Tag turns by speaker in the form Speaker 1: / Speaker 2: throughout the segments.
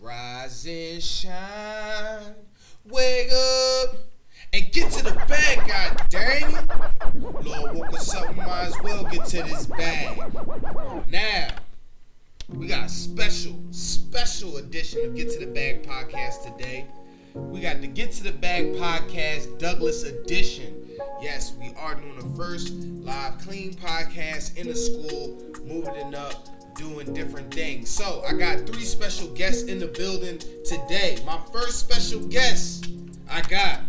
Speaker 1: Rise and shine. Wake up and get to the bag, god dang it. Lord woke us up, we might as well get to this bag. Now, we got a special, special edition of Get to the Bag podcast today. We got the Get to the Bag podcast Douglas edition. Yes, we are doing the first live clean podcast in the school, moving it up, doing different things. So, I got three special guests in the building today. My first special guest, I got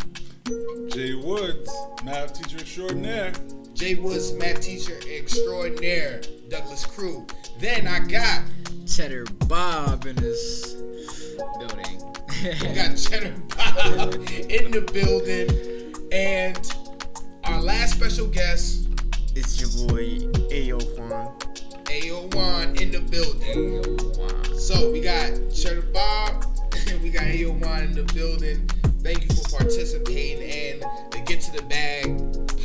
Speaker 2: Jay Woods, math teacher extraordinaire.
Speaker 1: Jay Woods, math teacher extraordinaire, Douglas Crew. Then I got
Speaker 3: Cheddar Bob in this building.
Speaker 1: we got Cheddar Bob in the building, and our last special guest,
Speaker 3: it's your boy Ayo Kwan.
Speaker 1: Ayo Wan, in the building.
Speaker 3: Ayo Kwan.
Speaker 1: So we got Cheddar Bob, we got Ayo Wan in the building. Thank you for participating in the Get to the Bag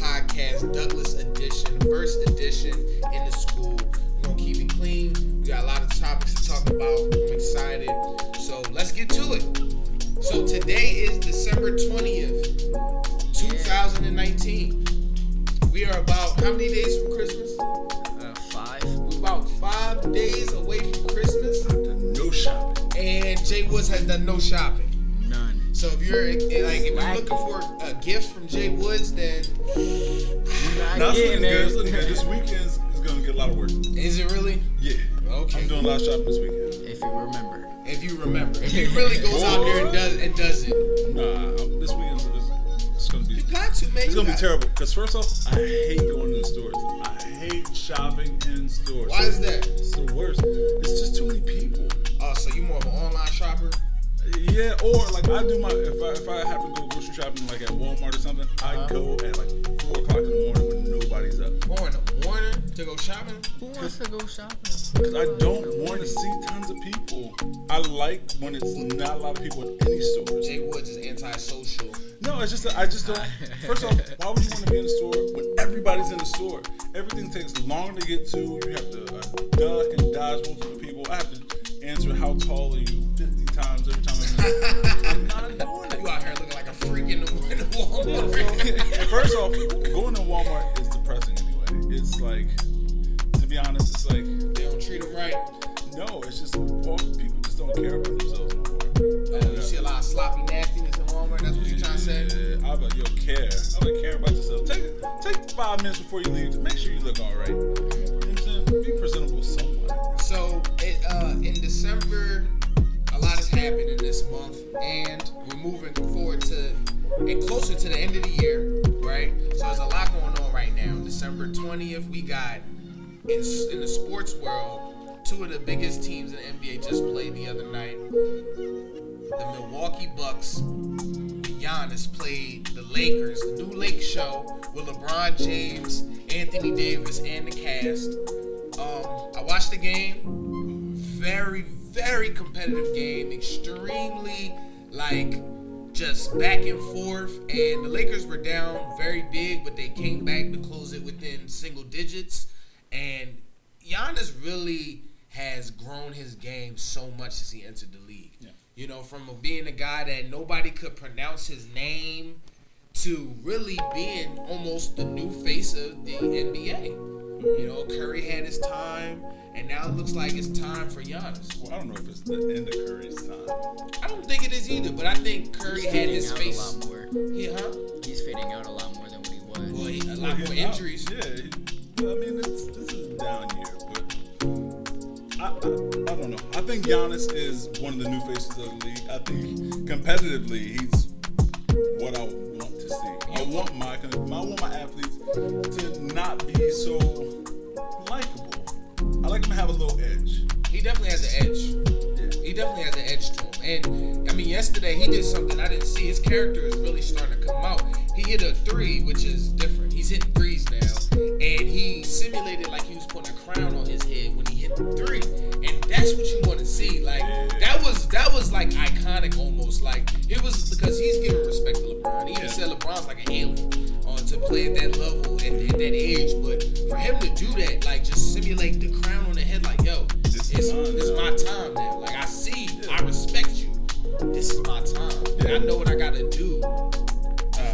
Speaker 1: podcast, Douglas edition, first edition in the school. We're gonna keep it clean. We got a lot of topics to talk about. I'm excited. So let's get to it. So today is December 20th, 2019. We are about how many days from Christmas?
Speaker 3: Uh, five.
Speaker 1: We're about five days away from Christmas,
Speaker 2: No shopping.
Speaker 1: and Jay Woods has done no shopping.
Speaker 3: None.
Speaker 1: So if you're like if you're looking for a gift from Jay Woods, then
Speaker 3: Not
Speaker 2: Now it's looking
Speaker 3: getting
Speaker 2: good. It's
Speaker 3: there.
Speaker 2: looking good. This weekend's is gonna get a lot of work.
Speaker 1: is it really?
Speaker 2: Yeah.
Speaker 1: Okay.
Speaker 2: I'm doing a lot of shopping this weekend.
Speaker 3: If you remember.
Speaker 1: If you remember, if he really goes out there and does and does it,
Speaker 2: Nah, I'm- this weekend is it's gonna be
Speaker 1: you got to man.
Speaker 2: it's
Speaker 1: you
Speaker 2: gonna be
Speaker 1: got-
Speaker 2: terrible. Cause first off, I hate going in stores. I hate shopping in stores.
Speaker 1: Why is that?
Speaker 2: It's the worst. It's just too many people.
Speaker 1: Oh, so you more of an online shopper?
Speaker 2: Yeah, or like I do my if I if I happen to go grocery shopping like at Walmart or something,
Speaker 1: Uh-huh.
Speaker 2: I go at like four o'clock in the morning when nobody's up.
Speaker 1: Going to Warner to go shopping?
Speaker 3: Who wants to go shopping?
Speaker 2: Because I don't want to see tons of people. I like when it's not a lot of people in any stores.
Speaker 1: Jay Woods is antisocial.
Speaker 2: No, it's just that I just don't. First off, why would you want to be in the store when everybody's in the store? Everything takes long to get to. You have to uh, duck and dodge multiple people. I have to answer how tall are you 50 times every time I'm in. I'm not doing
Speaker 1: You
Speaker 2: it.
Speaker 1: out here looking like a freak in the in the Walmart.
Speaker 2: So, First off, going to Walmart is depressing anyway. It's like, to be honest, it's like,
Speaker 1: they don't treat him right.
Speaker 2: no, it's just well, people just don't care about themselves no more.
Speaker 1: Uh, you see a lot of sloppy nastiness in Walmart. That's what you're trying to say.
Speaker 2: Yeah, I'm like, yo, care. I'm like, care about yourself. Take take five minutes before you leave to make sure you look all right. You know what I'm saying? Be presentable somewhat.
Speaker 1: So it, uh, in December, a lot has happened in this month, and we're moving forward to and closer to the end of the year, right? So there's a lot going on right now. December 20th, we got in, in the sports world, two of the biggest teams in the NBA just played the other night. The Milwaukee Bucks Giannis played the Lakers, the new Lake Show with LeBron James, Anthony Davis, and the cast. Um, I watched the game. Very, very competitive game. Extremely, like, just back and forth. And the Lakers were down very big, but they came back to close it within single digits. And Giannis really has grown his game so much since he entered the league. You know, from being a guy that nobody could pronounce his name to really being almost the new face of the NBA. You know, Curry had his time, and now it looks like it's time for Giannis.
Speaker 2: Well, I don't know if it's the end of Curry's time.
Speaker 1: I don't think it is either, but I think Curry
Speaker 3: He's
Speaker 1: had
Speaker 3: fading
Speaker 1: his
Speaker 3: out
Speaker 1: face.
Speaker 3: a lot more.
Speaker 1: He, huh?
Speaker 3: He's fading out a lot more than what he was.
Speaker 1: Well, he, a lot more injuries.
Speaker 2: Yeah. he- I mean, it's, this is a down year, but I, I, I don't know. I think Giannis is one of the new faces of the league. I think competitively, he's what I want to see. I want my I want my athletes to not be so likable. I like them to have a little edge.
Speaker 1: He definitely has an edge.
Speaker 2: Yeah.
Speaker 1: He definitely has an edge to him. And I mean, yesterday he did something I didn't see. His character is really starting to come out. He hit a three, which is different. He's hitting threes now, and he simulated like he was putting a crown on his head when he hit the three, and that's what you want to see. Like that was that was like iconic almost. Like it was because he's giving respect to LeBron. He even
Speaker 2: Yeah.
Speaker 1: said LeBron's like an alien uh, to play at that level at, at that age. But for him to do that, like just simulate the crown on the head, like yo,
Speaker 2: This is
Speaker 1: it's,
Speaker 2: mine
Speaker 1: it's
Speaker 2: now.
Speaker 1: my time now. Like I see, I respect I know what I gotta do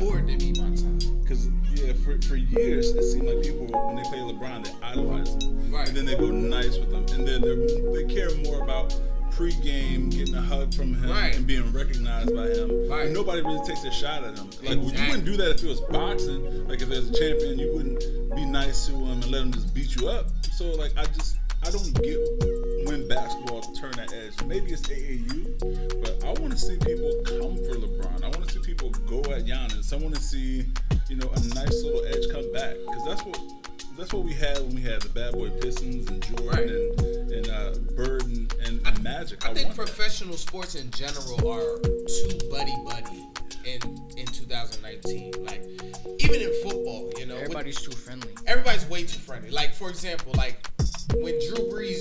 Speaker 1: for it to be my time.
Speaker 2: Because yeah, for, for years it seemed like people when they play LeBron they idolize him,
Speaker 1: Right.
Speaker 2: and then they go nice with him, and then they they care more about pre-game getting a hug from him
Speaker 1: Right.
Speaker 2: and being recognized by him.
Speaker 1: Right.
Speaker 2: And nobody really takes a shot at him. Like you
Speaker 1: Exactly.
Speaker 2: wouldn't do that if it was boxing. Like if there's a champion, you wouldn't be nice to him and let him just beat you up. So like I just I don't get when basketball turned that edge. Maybe it's AAU, but I want to see people come for LeBron. I want to see people go at Giannis. I want to see you know a nice little edge come back because that's what that's what we had when we had the Bad Boy Pistons and Jordan
Speaker 1: Right.
Speaker 2: and, and uh, Bird and, and, and Magic.
Speaker 1: I think
Speaker 2: want that.
Speaker 1: professional sports in general are too buddy buddy in in 2019. Like even in football, you know, with-
Speaker 3: Everybody's too friendly.
Speaker 1: everybody's way too friendly. Like for example, like when Drew Brees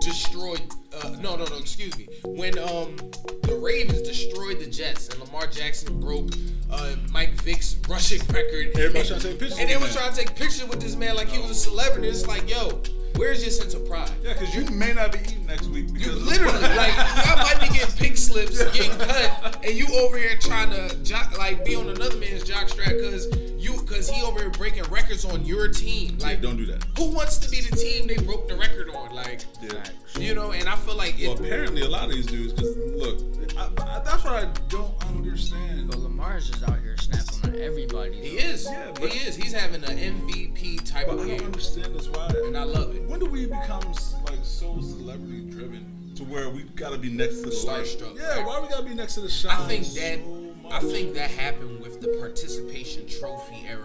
Speaker 1: destroyed. Uh, no, no, no. Excuse me. When um the Ravens destroyed the Jets and Lamar Jackson broke uh, Mike Vick's rushing record.
Speaker 2: Everybody
Speaker 1: and-
Speaker 2: trying to take pictures
Speaker 1: And they
Speaker 2: with
Speaker 1: was
Speaker 2: him.
Speaker 1: trying to take pictures with this man like he was a celebrity. It's like, yo, where's your sense of pride?
Speaker 2: Yeah, because you may not be eating next week because
Speaker 1: You
Speaker 2: of-
Speaker 1: literally like y'all might be getting pink slips, getting cut, and you over here trying to jock, like be on another man's jock strap because you because he over here breaking records on your team.
Speaker 2: Yeah,
Speaker 1: Like,
Speaker 2: don't do that.
Speaker 1: who wants to be the team they broke the record on? Like,
Speaker 2: Yeah.
Speaker 1: you know, and I feel like it,
Speaker 2: Well, apparently a lot of these dudes. Because look, I, I, that's what I don't understand.
Speaker 3: But Lamar's just out here snapping on everybody.
Speaker 1: he is,
Speaker 2: Yeah, but-
Speaker 1: he is, he's having an MVP type
Speaker 2: But
Speaker 1: of
Speaker 2: I don't
Speaker 1: game,
Speaker 2: understand this why.
Speaker 1: and I love it.
Speaker 2: When do we become like so celebrity driven to where we gotta be next to the light?
Speaker 1: Starstruck.
Speaker 2: Yeah, why we gotta be next to the shine?
Speaker 1: I think that
Speaker 2: so much?
Speaker 1: I think that happened with the participation trophy era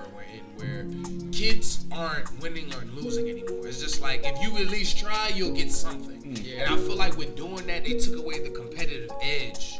Speaker 1: we're in, where kids aren't winning or losing anymore. It's just like if you at least try, you'll get something. And I feel like with doing that, they took away the competitive edge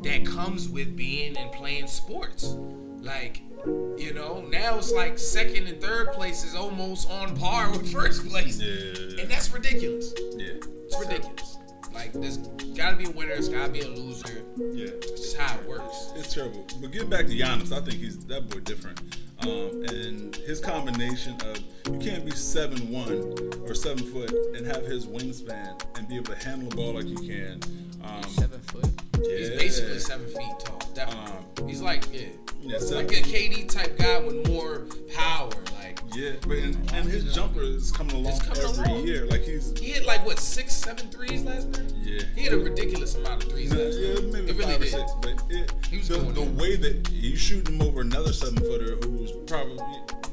Speaker 1: that comes with being and playing sports. Like, you know, now it's like second and third place is almost on par with first place,
Speaker 2: Yeah.
Speaker 1: and that's ridiculous.
Speaker 2: Yeah.
Speaker 1: It's ridiculous. Like, there's gotta be a winner, there's gotta be a loser.
Speaker 2: Yeah.
Speaker 1: It's just how it works.
Speaker 2: It's terrible. But getting back to Giannis, I think he's that boy different. Um, and his combination of you can't be seven one or seven foot and have his wingspan and be able to handle the ball like you can. Um,
Speaker 3: Seven foot.
Speaker 1: He's
Speaker 2: yeah.
Speaker 1: basically seven feet tall. Definitely.
Speaker 2: Um,
Speaker 1: he's like yeah,
Speaker 2: Yeah, seven-
Speaker 1: like a KD type guy with more power. Like
Speaker 2: Yeah, but and, and his jumper is coming along
Speaker 1: It's coming
Speaker 2: every
Speaker 1: along.
Speaker 2: year. Like he's
Speaker 1: he hit like what six, seven threes last night.
Speaker 2: Yeah.
Speaker 1: He hit a ridiculous amount of threes
Speaker 2: Yeah,
Speaker 1: last night.
Speaker 2: maybe
Speaker 1: it really
Speaker 2: five or
Speaker 1: did.
Speaker 2: six, but it,
Speaker 1: He was
Speaker 2: the,
Speaker 1: going
Speaker 2: the
Speaker 1: in.
Speaker 2: way that you shoot him over another seven footer who's probably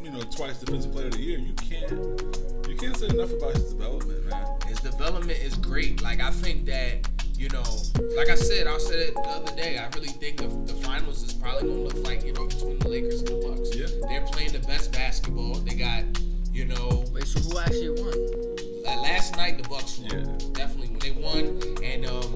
Speaker 2: you know twice defensive player of the year, you can't you can't say enough about his development, man.
Speaker 1: His development is great. Like I think that you know, like I said, I said it the other day. I really think the, the finals is probably gonna look like you know between the Lakers and the Bucks.
Speaker 2: Yeah.
Speaker 1: They're playing the best basketball. They got you know
Speaker 3: Wait, so who actually won?
Speaker 1: Uh, last night the Bucks won.
Speaker 2: Yeah.
Speaker 1: Definitely when they won and um,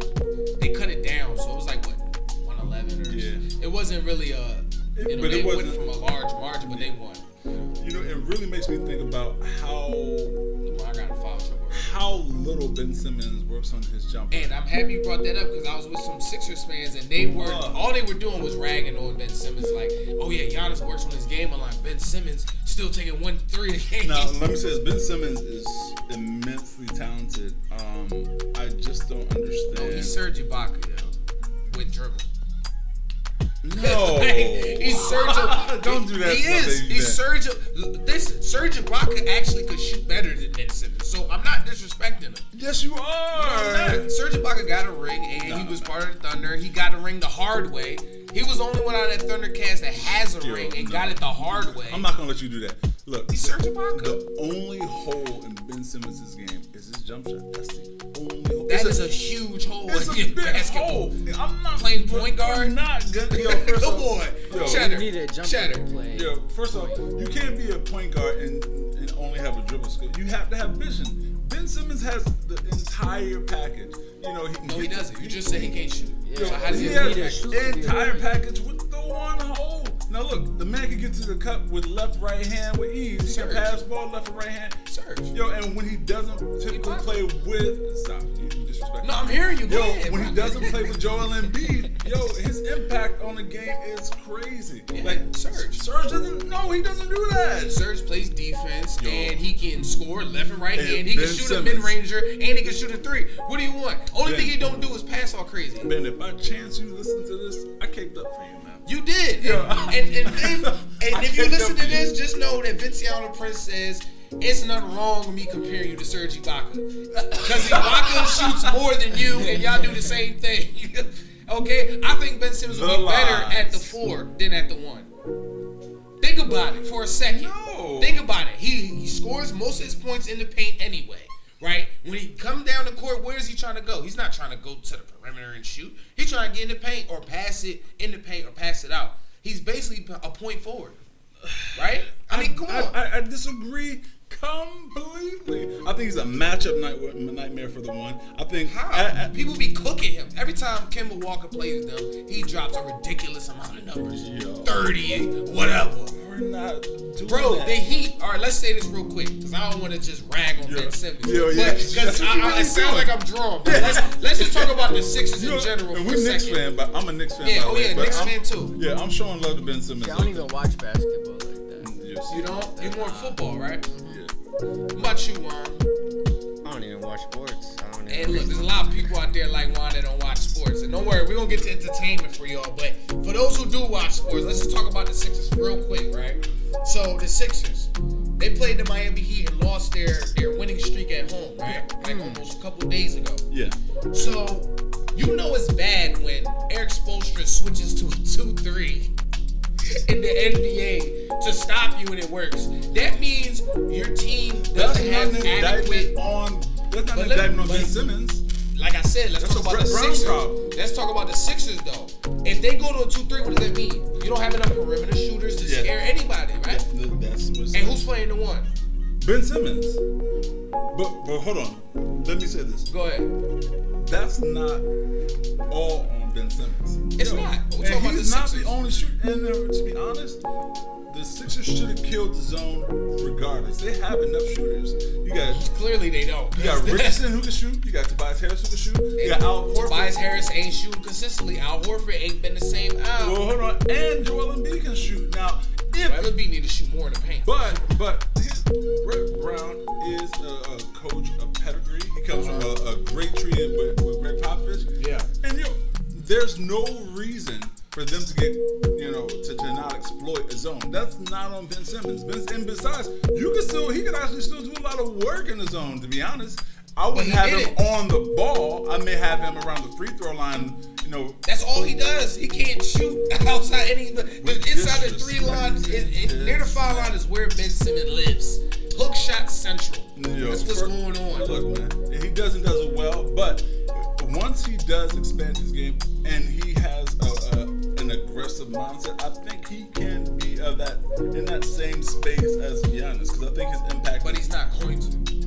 Speaker 1: they cut it down, so it was like what 111 or
Speaker 2: Yeah.
Speaker 1: it wasn't really uh, a
Speaker 2: It-
Speaker 1: you know
Speaker 2: but
Speaker 1: they
Speaker 2: it
Speaker 1: went
Speaker 2: wasn't-
Speaker 1: from a large margin, but they won.
Speaker 2: You know, it really makes me think about how
Speaker 1: LeBron got in foul trouble.
Speaker 2: how little Ben Simmons works on his jumper.
Speaker 1: And I'm happy you brought that up because I was with some Sixers fans and they were
Speaker 2: Uh.
Speaker 1: all they were doing was ragging on Ben Simmons like, oh yeah, Giannis works on his game a lot. Ben Simmons still taking one three a game.
Speaker 2: Now, let me say this: Ben Simmons is immensely talented. Um, I just don't understand.
Speaker 1: No, he's Serge Ibaka, yo, with dribble.
Speaker 2: No.
Speaker 1: Like, he's Serge.
Speaker 2: Don't do that.
Speaker 1: He
Speaker 2: stuff,
Speaker 1: is.
Speaker 2: baby,
Speaker 1: He's
Speaker 2: man.
Speaker 1: Serge. This Serge Ibaka actually could shoot better than Ben Simmons, so I'm not disrespecting him.
Speaker 2: Yes, you
Speaker 1: I'm
Speaker 2: are.
Speaker 1: not. Serge Ibaka got a ring, and
Speaker 2: No,
Speaker 1: he
Speaker 2: no,
Speaker 1: was
Speaker 2: no.
Speaker 1: part of the Thunder. He got a ring the hard way. He was the only one out of that Thundercast that has a
Speaker 2: Yo,
Speaker 1: ring and
Speaker 2: no.
Speaker 1: got it the hard way.
Speaker 2: I'm not gonna let you do that. Look,
Speaker 1: He's Serge Ibaka.
Speaker 2: the only hole in Ben Simmons' game is his jump shot. That's the only hole.
Speaker 1: That
Speaker 2: It's
Speaker 1: is a, huge hole
Speaker 2: it's a
Speaker 1: in
Speaker 2: big
Speaker 1: basketball.
Speaker 2: hole. I'm not
Speaker 1: Playing point guard?
Speaker 2: I'm not gonna. Yo, first
Speaker 1: Good
Speaker 2: off-
Speaker 1: boy,
Speaker 2: Yo,
Speaker 1: Cheddar.
Speaker 3: You need a jump
Speaker 1: Cheddar.
Speaker 3: play.
Speaker 2: Yo, first off, you can't be a point guard and and only have a dribble skill. You have to have vision. Ben Simmons has the entire package. You know he can
Speaker 1: No, he
Speaker 2: get-
Speaker 1: doesn't. You just said he can't shoot.
Speaker 3: Yeah.
Speaker 1: So how does
Speaker 2: he
Speaker 1: he?
Speaker 3: Yeah.
Speaker 1: have a
Speaker 2: has
Speaker 3: leader.
Speaker 2: the entire package with the one hole. Now look, the man can get to the cup with left, right hand with ease. He
Speaker 1: Surge.
Speaker 2: can pass ball left and right hand.
Speaker 1: Surge.
Speaker 2: Yo, and when he doesn't typically
Speaker 1: blocked.
Speaker 2: play with, stop, you disrespect.
Speaker 1: No, I'm hearing you. Go
Speaker 2: Yo,
Speaker 1: ahead,
Speaker 2: when
Speaker 1: bro.
Speaker 2: he doesn't play with Joel Embiid, Yo, his impact on the game is crazy.
Speaker 1: Yeah.
Speaker 2: Like
Speaker 1: Surge.
Speaker 2: Surge doesn't. No, he doesn't do
Speaker 1: And
Speaker 2: that.
Speaker 1: Serge plays defense,
Speaker 2: Yo.
Speaker 1: and he can score left and right
Speaker 2: And
Speaker 1: hand. He can
Speaker 2: Ben
Speaker 1: shoot
Speaker 2: Simmons.
Speaker 1: a mid ranger, and he can shoot a three. What do you want? Only
Speaker 2: Ben.
Speaker 1: thing he don't do is pass all crazy.
Speaker 2: Man, if by chance you listen to this, I caked up for you, man.
Speaker 1: You did,
Speaker 2: Yeah.
Speaker 1: and and, and, then- and
Speaker 2: I
Speaker 1: if you
Speaker 2: can't
Speaker 1: listen to
Speaker 2: help you.
Speaker 1: this, just know that Vinciano Prince says it's nothing wrong with me comparing you to Serge Ibaka because Ibaka shoots more than you, and y'all do the same thing. okay, I think Ben Simmons will
Speaker 2: The
Speaker 1: be better at the
Speaker 2: lies.
Speaker 1: four than at the one. Think about it for a second.
Speaker 2: No.
Speaker 1: Think about it. He, he scores most of his points in the paint anyway, right? When he come down the court, where is he trying to go? He's not trying to go to the perimeter and shoot. He's trying to get in the paint or pass it in the paint or pass it out. He's basically a point forward, right? I mean, come on.
Speaker 2: I, I, I disagree completely. I think he's a matchup night, nightmare for the one. I think
Speaker 1: How?
Speaker 2: I- I-
Speaker 1: People be cooking him. Every time Kimball Walker plays them, he drops a ridiculous amount of numbers.
Speaker 2: Yo.
Speaker 1: 30, whatever.
Speaker 2: we're not doing
Speaker 1: Bro,
Speaker 2: that.
Speaker 1: the Heat. All right, let's say this real quick because I don't want to just rag on
Speaker 2: Yeah.
Speaker 1: Ben Simmons.
Speaker 2: Yeah,
Speaker 1: But-
Speaker 2: yeah. That's
Speaker 1: Because
Speaker 2: what
Speaker 1: I,
Speaker 2: you
Speaker 1: I,
Speaker 2: really
Speaker 1: it sounds
Speaker 2: doing.
Speaker 1: like I'm drawn. But let's, let's just talk about the Sixers
Speaker 2: You
Speaker 1: in
Speaker 2: know,
Speaker 1: general
Speaker 2: and
Speaker 1: for
Speaker 2: we
Speaker 1: a
Speaker 2: Knicks
Speaker 1: second.
Speaker 2: fan, but I'm a Knicks fan.
Speaker 1: Yeah,
Speaker 2: by
Speaker 1: oh
Speaker 2: the way,
Speaker 1: yeah,
Speaker 2: but
Speaker 1: Knicks
Speaker 2: I'm-
Speaker 1: fan too.
Speaker 2: Yeah, I'm showing love to Ben Simmons.
Speaker 3: I don't even watch basketball like that.
Speaker 2: Yes,
Speaker 1: You don't. You more football, right?
Speaker 2: yeah.
Speaker 1: What about you, Juan?
Speaker 4: I don't even watch sports. I don't
Speaker 1: And
Speaker 4: even.
Speaker 1: look, there's a lot of people out there like Juan that don't watch sports. And don't worry, we're gonna get to entertainment for y'all. But for those who do watch sports, let's just talk about the Sixers real quick, right? So the Sixers, they played the Miami Heat and lost their their winning streak at home, right? Like
Speaker 4: Mm.
Speaker 1: almost a couple days ago.
Speaker 2: Yeah.
Speaker 1: So you know it's bad when Eric Spoelstra switches to a 2-3 in the NBA to stop you and it works. That means your team
Speaker 2: That's
Speaker 1: doesn't
Speaker 2: not an
Speaker 1: have adequate
Speaker 2: indictment on. That's not
Speaker 1: But
Speaker 2: an
Speaker 1: let-
Speaker 2: indictment on Ben
Speaker 1: but-
Speaker 2: Simmons.
Speaker 1: like I said, let's
Speaker 2: That's
Speaker 1: talk
Speaker 2: a
Speaker 1: about the
Speaker 2: Brett Brown
Speaker 1: Sixers.
Speaker 2: problem.
Speaker 1: Let's talk about the Sixers though. If they go to a two-three, what does that mean? You don't have enough perimeter shooters to
Speaker 2: Yeah.
Speaker 1: scare anybody, right?
Speaker 2: That's what's
Speaker 1: And who's playing the one?
Speaker 2: Ben Simmons. But but hold on. Let me say this.
Speaker 1: Go ahead.
Speaker 2: That's not all on Ben Simmons.
Speaker 1: It's not. We're talking
Speaker 2: and
Speaker 1: about
Speaker 2: he's
Speaker 1: the
Speaker 2: not
Speaker 1: Sixers.
Speaker 2: the only shooter. And uh, to be honest, the Sixers should have killed the zone regardless. They have enough shooters. You got
Speaker 1: Clearly they don't.
Speaker 2: you got Richardson who can shoot. You got Tobias Harris who can shoot. You got Al Horford.
Speaker 1: Tobias Harris ain't shooting consistently. Al Horford ain't been the same. Al.
Speaker 2: Well,
Speaker 1: Well,
Speaker 2: hold on. And Joel Embiid can shoot. Now, if
Speaker 1: LB need to shoot more in the paint.
Speaker 2: But but his, Brett Brown is a, a coach of pedigree. He comes from a, a great tree in- with, with Greg Popovich.
Speaker 1: Uh-huh. Yeah.
Speaker 2: And you know, there's no reason for them to get you know to, to not exploit a zone. That's not on Ben Simmons. Ben, and besides, you can still he could actually still do a lot of work in the zone. To be honest, I wouldn't
Speaker 1: he
Speaker 2: have
Speaker 1: did
Speaker 2: him
Speaker 1: it.
Speaker 2: on the ball. I may have him around the free throw line. You know,
Speaker 1: That's all he does. He can't shoot outside any. The, the
Speaker 2: With
Speaker 1: inside the
Speaker 2: disrespect.
Speaker 1: three line, it, it, near the foul line is where Ben Simmons lives. Hook shot central.
Speaker 2: Yo,
Speaker 1: That's what's
Speaker 2: fir-
Speaker 1: going on.
Speaker 2: Look, man, he doesn't does it well, but once he does expand his game and he has a, a, an aggressive mindset, I think he can be of that in that same space as Giannis because I think his impact.
Speaker 1: but he's not going to.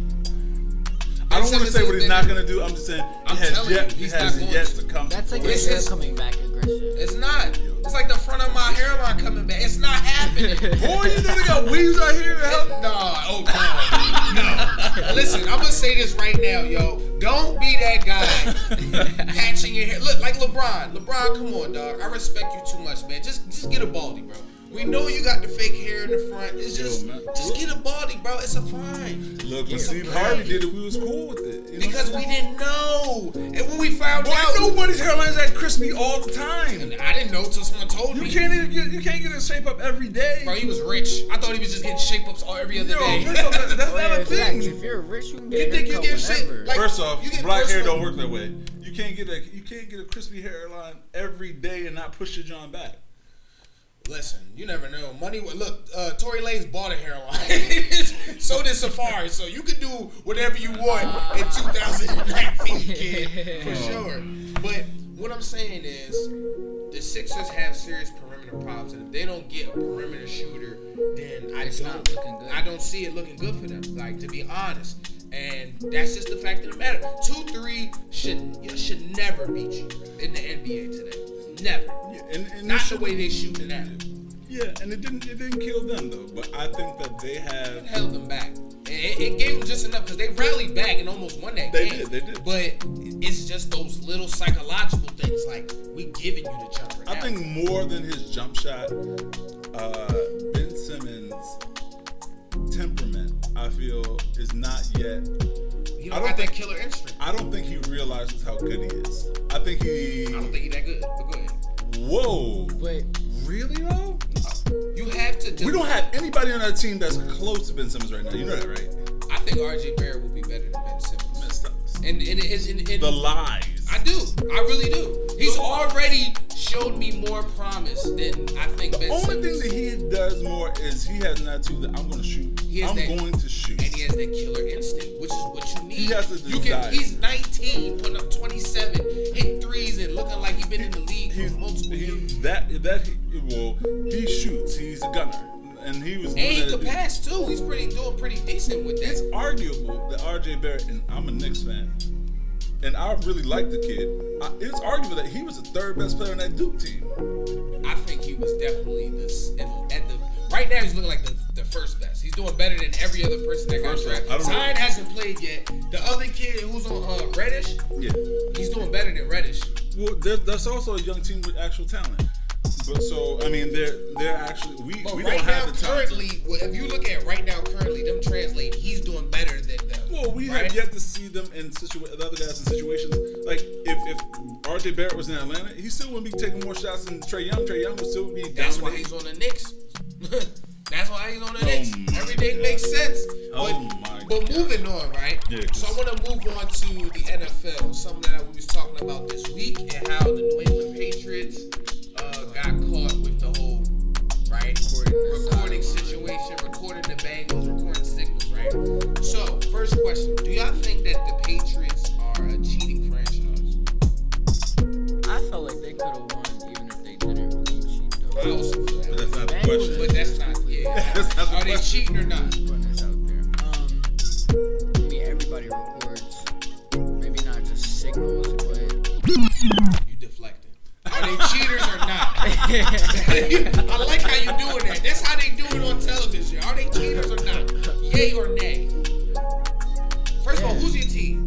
Speaker 2: I don't want to
Speaker 1: Simmons
Speaker 2: say
Speaker 1: has
Speaker 2: what he's
Speaker 1: been-
Speaker 2: not going to do. I'm just saying
Speaker 1: I'm
Speaker 2: it has
Speaker 1: telling you,
Speaker 2: yet
Speaker 1: he's
Speaker 2: it has
Speaker 1: not going
Speaker 2: yet
Speaker 1: to.
Speaker 2: to come.
Speaker 3: That's like
Speaker 2: to
Speaker 1: This
Speaker 3: this
Speaker 1: is-
Speaker 3: is coming back aggressive.
Speaker 1: It's not. It's like the front of my hairline coming back. It's not happening.
Speaker 2: boy, you know they got weaves out here to help.
Speaker 1: No, oh god, no. Listen, I'm gonna say this right now, yo. Don't be that guy patching your hair. Look, like LeBron. LeBron, come on, dog. I respect you too much, man. Just, just get a baldy, bro. We know you got the fake hair in the front. It's
Speaker 2: Yo,
Speaker 1: just,
Speaker 2: man.
Speaker 1: just get a baldy, bro. It's a fine.
Speaker 2: Look, when
Speaker 1: It's
Speaker 2: Steve
Speaker 1: a
Speaker 2: Harvey
Speaker 1: fine.
Speaker 2: did it, we was cool with it you know?
Speaker 1: because we didn't know, and when we found
Speaker 2: Boy,
Speaker 1: out,
Speaker 2: nobody's hairline is that crispy all the time.
Speaker 1: I didn't know till someone told
Speaker 2: You
Speaker 1: me.
Speaker 2: can't even get, you can't get in shape up every day.
Speaker 1: Bro, he was rich. I thought he was just getting shape ups all every other
Speaker 2: Yo,
Speaker 1: day.
Speaker 2: first off, that- that's
Speaker 3: Oh, yeah,
Speaker 2: not a
Speaker 3: it's facts.
Speaker 2: thing.
Speaker 3: If you're rich, you can
Speaker 1: You
Speaker 3: get
Speaker 1: think
Speaker 3: think
Speaker 1: you
Speaker 3: you
Speaker 1: get shit, like-
Speaker 2: First off,
Speaker 1: you get
Speaker 2: black hair
Speaker 1: personal-
Speaker 2: don't work that way. You can't get a you can't get a crispy hairline every day and not push your John back.
Speaker 1: Listen, you never know. Money. Look, uh, Tory Lanez bought a hairline. so did Safari. So you can do whatever you want in 2019, kid, for sure. But what I'm saying is, the Sixers have serious perimeter problems, and if they don't get a perimeter shooter, then I
Speaker 3: It's
Speaker 1: don't.
Speaker 3: not looking good.
Speaker 1: I don't see it looking good for them. Like to be honest, and that's just the fact of the matter. Two three should should never beat you in the NBA today. Never.
Speaker 2: Yeah, and, and
Speaker 1: Not the
Speaker 2: it should-
Speaker 1: way they shoot now.
Speaker 2: Yeah, and it didn't it didn't kill them though. But I think that they have
Speaker 1: held them back. It, it gave them just enough because they rallied back and almost won that
Speaker 2: They
Speaker 1: game.
Speaker 2: did, they did.
Speaker 1: But it's just those little psychological things like we giving you the jumper.
Speaker 2: I
Speaker 1: now.
Speaker 2: think more than his jump shot, uh, Ben Simmons' temperament, I feel, is not yet.
Speaker 1: he
Speaker 2: I
Speaker 1: don't
Speaker 2: don't
Speaker 1: got that
Speaker 2: think-
Speaker 1: killer instinct.
Speaker 2: I don't think he realizes how good he is. I think he.
Speaker 1: I don't think he that good. But go ahead.
Speaker 2: Whoa.
Speaker 3: Wait,
Speaker 2: Really though?
Speaker 1: You have to.
Speaker 2: We don't have anybody on our team that's close to Ben Simmons right now. You know that, right?
Speaker 1: I think RJ Barrett will be better than Ben Simmons.
Speaker 2: Messed up.
Speaker 1: And and, and, and, and
Speaker 2: The lies.
Speaker 1: I do. I really do. He's already showed me more promise than I think
Speaker 2: The
Speaker 1: Ben
Speaker 2: only
Speaker 1: Simmons.
Speaker 2: thing that he does more is he has an attitude that I'm going to shoot.
Speaker 1: He has
Speaker 2: I'm
Speaker 1: that-
Speaker 2: going to shoot.
Speaker 1: and he has that killer instinct, which is what you need.
Speaker 2: He has the
Speaker 1: you
Speaker 2: desire.
Speaker 1: can, he's 19, putting up 27, hitting threes and looking like he's been in the league
Speaker 2: He's
Speaker 1: for multiple years.
Speaker 2: he's that that he, well he shoots. He's a gunner, and he was.
Speaker 1: And he
Speaker 2: limited
Speaker 1: could
Speaker 2: to-
Speaker 1: pass too. He's pretty doing pretty decent with
Speaker 2: It's
Speaker 1: that.
Speaker 2: arguable that RJ Barrett and I'm a Knicks fan, and I really like the kid. I, it's arguable that he was the third best player on that Duke team.
Speaker 1: I think he was definitely this at, at the right now. He's looking like the, the first best. He's doing better than every other person that got
Speaker 2: First best.
Speaker 1: drafted.
Speaker 2: I don't know.
Speaker 1: Zion hasn't played yet. The other kid who's on uh, Reddish,
Speaker 2: Yeah.
Speaker 1: he's doing better than Reddish.
Speaker 2: Well, there, that's also a young team with actual talent. But so I mean, they're they're actually we,
Speaker 1: But
Speaker 2: we
Speaker 1: right
Speaker 2: don't
Speaker 1: now,
Speaker 2: have the talent.
Speaker 1: currently, well, if you look at right now, currently, them translate, he's doing better than them.
Speaker 2: Well, we
Speaker 1: right?
Speaker 2: have yet to see them in situa- the other guys in situations like if, if RJ Barrett was in Atlanta, he still wouldn't be taking more shots than Trey Young. Trey Young would still be
Speaker 1: That's why
Speaker 2: dominating.
Speaker 1: he's on the Knicks. That's why he's on the
Speaker 2: Oh
Speaker 1: Knicks.
Speaker 2: my
Speaker 1: Everything
Speaker 2: God.
Speaker 1: makes sense.
Speaker 2: Oh
Speaker 1: but,
Speaker 2: my
Speaker 1: but
Speaker 2: God.
Speaker 1: moving on, right?
Speaker 2: Yeah,
Speaker 1: so I want to move on to the NFL. Something that we was talking about this week and how the New England Patriots uh, got caught with the whole right
Speaker 3: Recording the
Speaker 1: recording
Speaker 3: sideline.
Speaker 1: situation, recording the Bengals, recording signals, right? So first question: Do y'all think that the Patriots are a cheating franchise?
Speaker 3: I felt like they could have won even if they didn't really cheat
Speaker 1: I
Speaker 3: though.
Speaker 1: also feel that
Speaker 2: But
Speaker 1: way.
Speaker 2: that's not the
Speaker 3: Bengals-
Speaker 2: question.
Speaker 1: But that's not. Yeah.
Speaker 2: That's not the
Speaker 1: are they
Speaker 2: question.
Speaker 1: cheating or not?
Speaker 3: Putting this out there. Um, I mean everybody records. Maybe not just signals, but
Speaker 1: You deflecting. Are they cheaters or not? I like how you doing that. That's how they do it on television. Are they cheaters or not? Yay or nay? First of all, who's your team?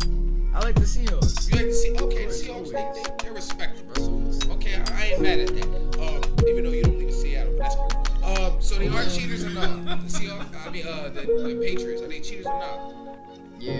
Speaker 3: I like the Seahawks.
Speaker 1: You like to see? Okay, the Seahawks, they, they, they're respectable.
Speaker 3: Russell Wilson.
Speaker 1: Okay, I, I ain't mad at that. Um, even though you don't live in Seattle, but that's cool. Um, so they are cheaters or not? The Seahawks, I mean, uh, the, the Patriots, are they cheaters or not?
Speaker 3: Yeah.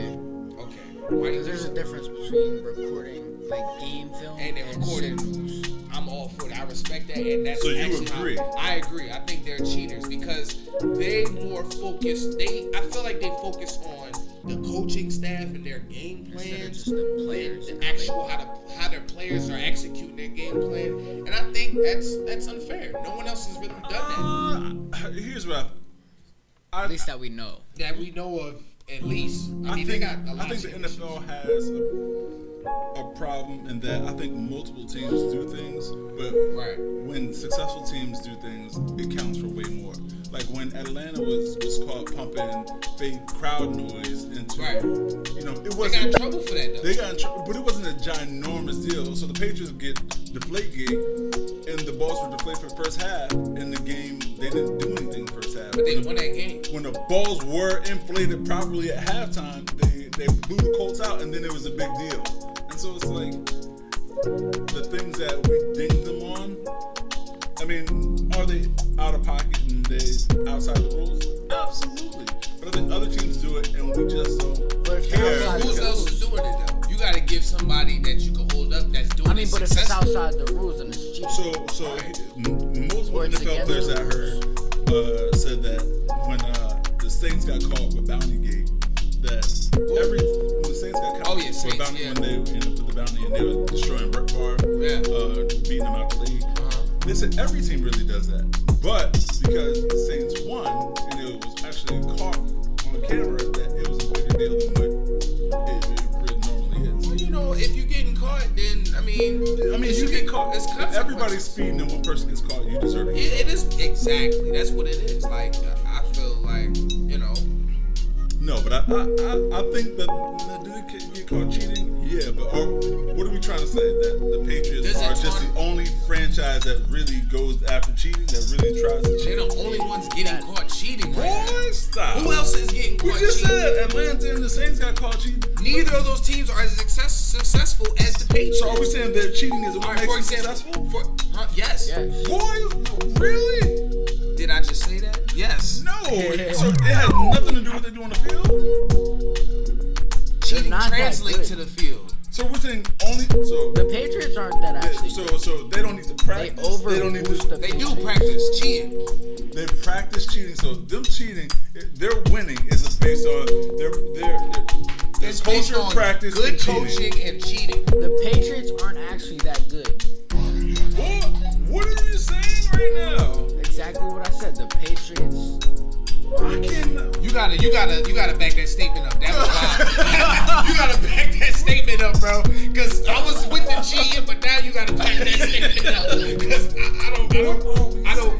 Speaker 1: Okay. Why do you
Speaker 3: Because there's a difference between recording like game film
Speaker 1: And
Speaker 3: and,
Speaker 1: then recording.
Speaker 3: signals.
Speaker 1: I'm all for that. I respect that, and that's
Speaker 2: So you
Speaker 1: actually how-
Speaker 2: agree?
Speaker 1: I agree. I think they're cheaters because they more focus. They I feel like they focus on the coaching staff and their game
Speaker 3: Instead of
Speaker 1: plans,
Speaker 3: just the players
Speaker 1: than
Speaker 3: and
Speaker 1: the
Speaker 3: how they
Speaker 1: actual how the, how their players are executing their game plan, and I think that's that's unfair. No one else has really done that
Speaker 2: Uh, here's what I, I,
Speaker 3: At least that we know.
Speaker 1: that we know of. At least I,
Speaker 2: I
Speaker 1: mean,
Speaker 2: think
Speaker 1: they got a lot
Speaker 2: I think
Speaker 1: of
Speaker 2: the
Speaker 1: championships.
Speaker 2: NFL has a, a problem in that I think multiple teams do things, but
Speaker 1: Right.
Speaker 2: when successful teams do things, it counts for way more. Like when Atlanta was was caught pumping fake crowd noise into,
Speaker 1: Right.
Speaker 2: you know, it
Speaker 1: They got in
Speaker 2: wasn't.
Speaker 1: trouble for that though.
Speaker 2: They got in trouble, but it wasn't a ginormous deal. So the Patriots get deflate gig, and the balls were deflated for the first half. In the game, they didn't do anything first half.
Speaker 1: but they
Speaker 2: When the-
Speaker 1: won that game.
Speaker 2: when the balls were inflated properly at halftime, they, they blew the Colts out, and then it was a big deal. And so it's like the things that we ding them on. I mean, are they out of pocket and they outside the rules? Absolutely. But I think other teams do it, and we just don't.
Speaker 3: But if
Speaker 2: care.
Speaker 3: they're outside
Speaker 1: Who's
Speaker 3: the
Speaker 1: else
Speaker 3: rules,
Speaker 1: is doing it though? You gotta give somebody that you can hold up that's doing
Speaker 3: I mean,
Speaker 1: it
Speaker 3: but if it's
Speaker 1: successfully.
Speaker 3: outside the rules, then it's
Speaker 2: So,
Speaker 3: cheating.
Speaker 2: so m- multiple
Speaker 3: Or it's
Speaker 2: NFL
Speaker 3: against
Speaker 2: players
Speaker 3: the
Speaker 2: I heard uh, said that when uh, the Saints got caught with Bounty Gate, that every when the Saints got caught
Speaker 1: Oh, yeah,
Speaker 2: with
Speaker 1: Saints,
Speaker 2: Bounty
Speaker 1: yeah.
Speaker 2: when they you know, put the Bounty in, they were destroying Brett Favre,
Speaker 1: Yeah.
Speaker 2: uh, beating him out the league.
Speaker 1: Uh-huh.
Speaker 2: They said every team really does that, but because the Saints won and it was actually caught on camera, that it was a bigger deal than what it, it really normally is.
Speaker 1: Well, you know, if you're getting caught, then I mean,
Speaker 2: I mean,
Speaker 1: if
Speaker 2: you get caught.
Speaker 1: It's consequences.
Speaker 2: Everybody's speeding, and one person gets caught. You deserve it.
Speaker 1: It, it is exactly. That's what it is. Like uh, I feel like you know.
Speaker 2: No, but I, I, I, I think that the dude can get caught cheating. Yeah, but are, what are we trying to say? That the Patriots
Speaker 1: Does it
Speaker 2: are just
Speaker 1: turn-
Speaker 2: the only franchise that really goes after cheating, that really tries to
Speaker 1: They're
Speaker 2: cheat.
Speaker 1: the only ones getting caught cheating right now.
Speaker 2: Boy, stop.
Speaker 1: Who else is getting
Speaker 2: We
Speaker 1: caught
Speaker 2: just just
Speaker 1: team.
Speaker 2: said Atlanta and the Saints got caught cheating.
Speaker 1: Neither of those teams are as success, successful as the Patriots.
Speaker 2: So are we saying that cheating is
Speaker 1: All
Speaker 2: what
Speaker 1: right,
Speaker 2: makes
Speaker 1: for
Speaker 2: them
Speaker 1: example,
Speaker 2: successful?
Speaker 1: for, huh, yes.
Speaker 3: Yes.
Speaker 2: Boy, really?
Speaker 1: Did I just say that? Yes.
Speaker 2: No. So it has nothing to do with what they do on the field.
Speaker 1: Cheating
Speaker 3: not that good.
Speaker 1: translates to the field.
Speaker 2: So we're saying only. So
Speaker 3: The Patriots aren't that actually.
Speaker 2: so so they don't need to
Speaker 3: they
Speaker 2: practice.
Speaker 3: over
Speaker 2: don't need
Speaker 3: boost the
Speaker 2: to.
Speaker 1: They do
Speaker 3: Patriots.
Speaker 1: practice cheating.
Speaker 2: They practice cheating. So them cheating, their winning is based on their their. their
Speaker 1: It's based
Speaker 2: culture
Speaker 1: on
Speaker 2: practice
Speaker 1: good
Speaker 2: and cheating.
Speaker 1: coaching and cheating.
Speaker 3: The Patriots aren't actually that good.
Speaker 2: What? What are you saying right now?
Speaker 3: Exactly what I said. The Patriots.
Speaker 2: I can.
Speaker 1: You gotta, you gotta, you gotta back that statement up. That was wild. you gotta back that statement up, bro. Cause I was with the GM, but now you gotta back that statement up. Cause I, I don't, I don't, I don't.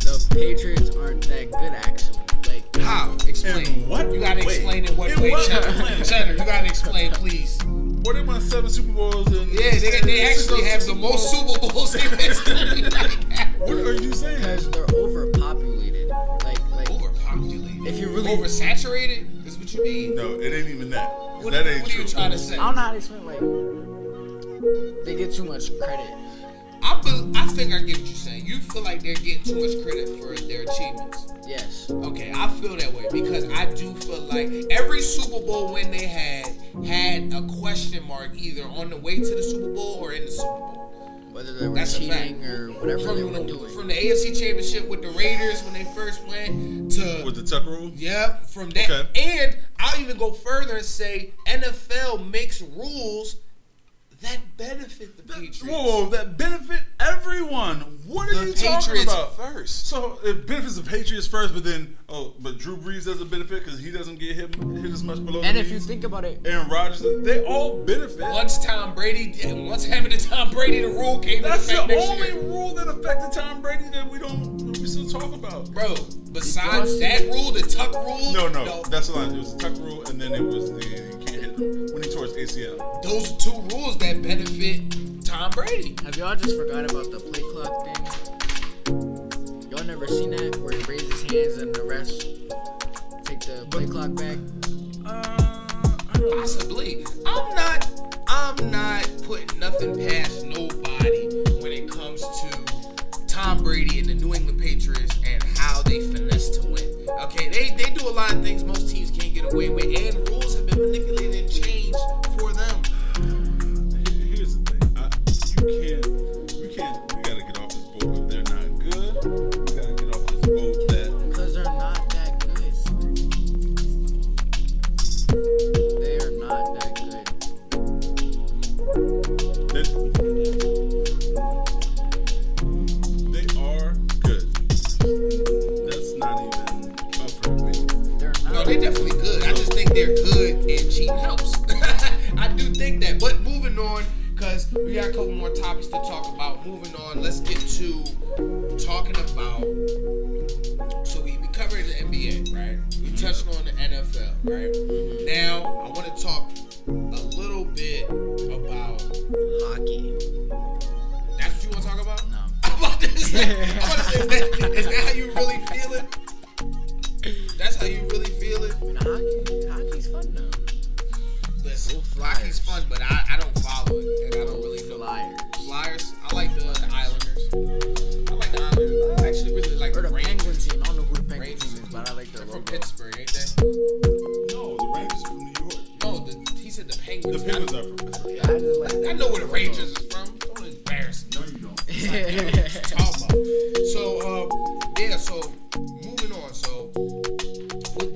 Speaker 3: The Patriots aren't that good actually. Like
Speaker 1: How? Explain.
Speaker 2: In what
Speaker 1: You gotta
Speaker 2: way?
Speaker 1: explain in what
Speaker 2: In
Speaker 1: way,
Speaker 2: what
Speaker 1: Cheddar.
Speaker 2: way?
Speaker 1: Cheddar, you gotta explain, please.
Speaker 2: What they won seven Super Bowls and
Speaker 1: Yeah, they, they actually have the most Super Bowls in history.
Speaker 2: What are you saying?
Speaker 3: because they're overpopulated. Like like
Speaker 1: Overpopulated.
Speaker 3: If you really-
Speaker 1: oversaturated, is what you mean.
Speaker 2: No, it ain't even that. 'Cause
Speaker 1: What,
Speaker 2: that ain't
Speaker 1: what are
Speaker 2: true.
Speaker 1: you trying to say?
Speaker 3: I don't know how to explain. Like they get too much credit.
Speaker 1: I, be, I think I get what you're saying. You feel like they're getting too much credit for their achievements.
Speaker 3: Yes.
Speaker 1: Okay, I feel that way because I do feel like every Super Bowl win they had had a question mark either on the way to the Super Bowl or in the Super Bowl.
Speaker 3: Whether they were
Speaker 1: That's a
Speaker 3: cheating
Speaker 1: fact.
Speaker 3: or whatever
Speaker 1: From,
Speaker 3: they were
Speaker 1: the,
Speaker 3: doing.
Speaker 1: from the AFC Championship with the Raiders when they first went to
Speaker 2: With the Tuck rule?
Speaker 1: Yep, from that.
Speaker 2: Okay.
Speaker 1: And I'll even go further and say NFL makes rules that benefit the
Speaker 2: That-
Speaker 1: Patriots.
Speaker 2: Whoa, that benefit everyone. What are
Speaker 1: The
Speaker 2: you talking
Speaker 1: Patriots
Speaker 2: about?
Speaker 1: first.
Speaker 2: So it benefits the Patriots first, but then oh, but Drew Brees doesn't benefit because he doesn't get hit, hit as much below.
Speaker 3: And
Speaker 2: the
Speaker 3: if you
Speaker 2: knees.
Speaker 3: think about it,
Speaker 2: Aaron Rodgers, they all benefit.
Speaker 1: Once Tom Brady, once having the Tom Brady, the rule came
Speaker 2: That's
Speaker 1: into
Speaker 2: the
Speaker 1: effect next
Speaker 2: only
Speaker 1: year.
Speaker 2: rule that affected Tom Brady that we don't that we still talk about.
Speaker 1: Bro, besides that rule, the tuck rule,
Speaker 2: No, no, that's a lie. It was the Tuck rule, and then it was the you can't hit him when he tore his ACL.
Speaker 1: those are two rules that benefit Tom Brady.
Speaker 3: have y'all just forgot about the play clock thing? Y'all never seen that where he raises hands and the refs take the play clock back?
Speaker 2: Uh, I don't know.
Speaker 1: Possibly. I'm not. I'm not putting nothing past nobody when it comes to Tom Brady and the New England Patriots and how they finesse to win. Okay, they they do a lot of things most teams can't get away with, and rules have been manipulated and changed for them.
Speaker 2: Here's the thing. I, you can't. We can't. We gotta get off this boat. If they're not good, we gotta get off this boat. That
Speaker 3: Because they're not that good. They are not that good.
Speaker 2: that they are good. That's not even up for debate.
Speaker 3: They're not.
Speaker 1: No, they definitely good. I just think they're good and cheating helps. I do think that. But moving on, because we got a couple more topics to talk about. Moving on, let's get to talking about. So we, we covered the NBA, right? We touched on the NFL, right? Now I want to talk a little bit about.
Speaker 3: hockey.
Speaker 1: That's what you want to talk about?
Speaker 3: No.
Speaker 1: I'm about to say, I'm about to say is, that, is that how you really feel it? That's how you really feel it?
Speaker 3: I mean, hockey, hockey's fun though.
Speaker 1: Listen,
Speaker 3: Go Flyers.
Speaker 1: hockey's fun, but I, I don't follow it, and I don't really know.
Speaker 3: Flyers.
Speaker 1: Flyers, I like the, the Islanders. I like the Islanders. I actually really like
Speaker 3: Or
Speaker 1: the
Speaker 3: the
Speaker 1: Rangers.
Speaker 3: Penguin team. I don't know who the Penguin
Speaker 1: Rangers.
Speaker 3: team is, but I like their
Speaker 1: They're from
Speaker 3: logo.
Speaker 1: Pittsburgh, ain't they?
Speaker 2: No, the Rangers from New York.
Speaker 1: No, the, he said the
Speaker 2: The
Speaker 1: Penguins.
Speaker 2: Penguins are from.
Speaker 3: Yeah, I just like
Speaker 1: I, I know where the Rangers is from. Don't embarrass me.
Speaker 2: No, you don't.
Speaker 3: that.
Speaker 1: Talking about. So, uh, yeah. So, moving on. So, with,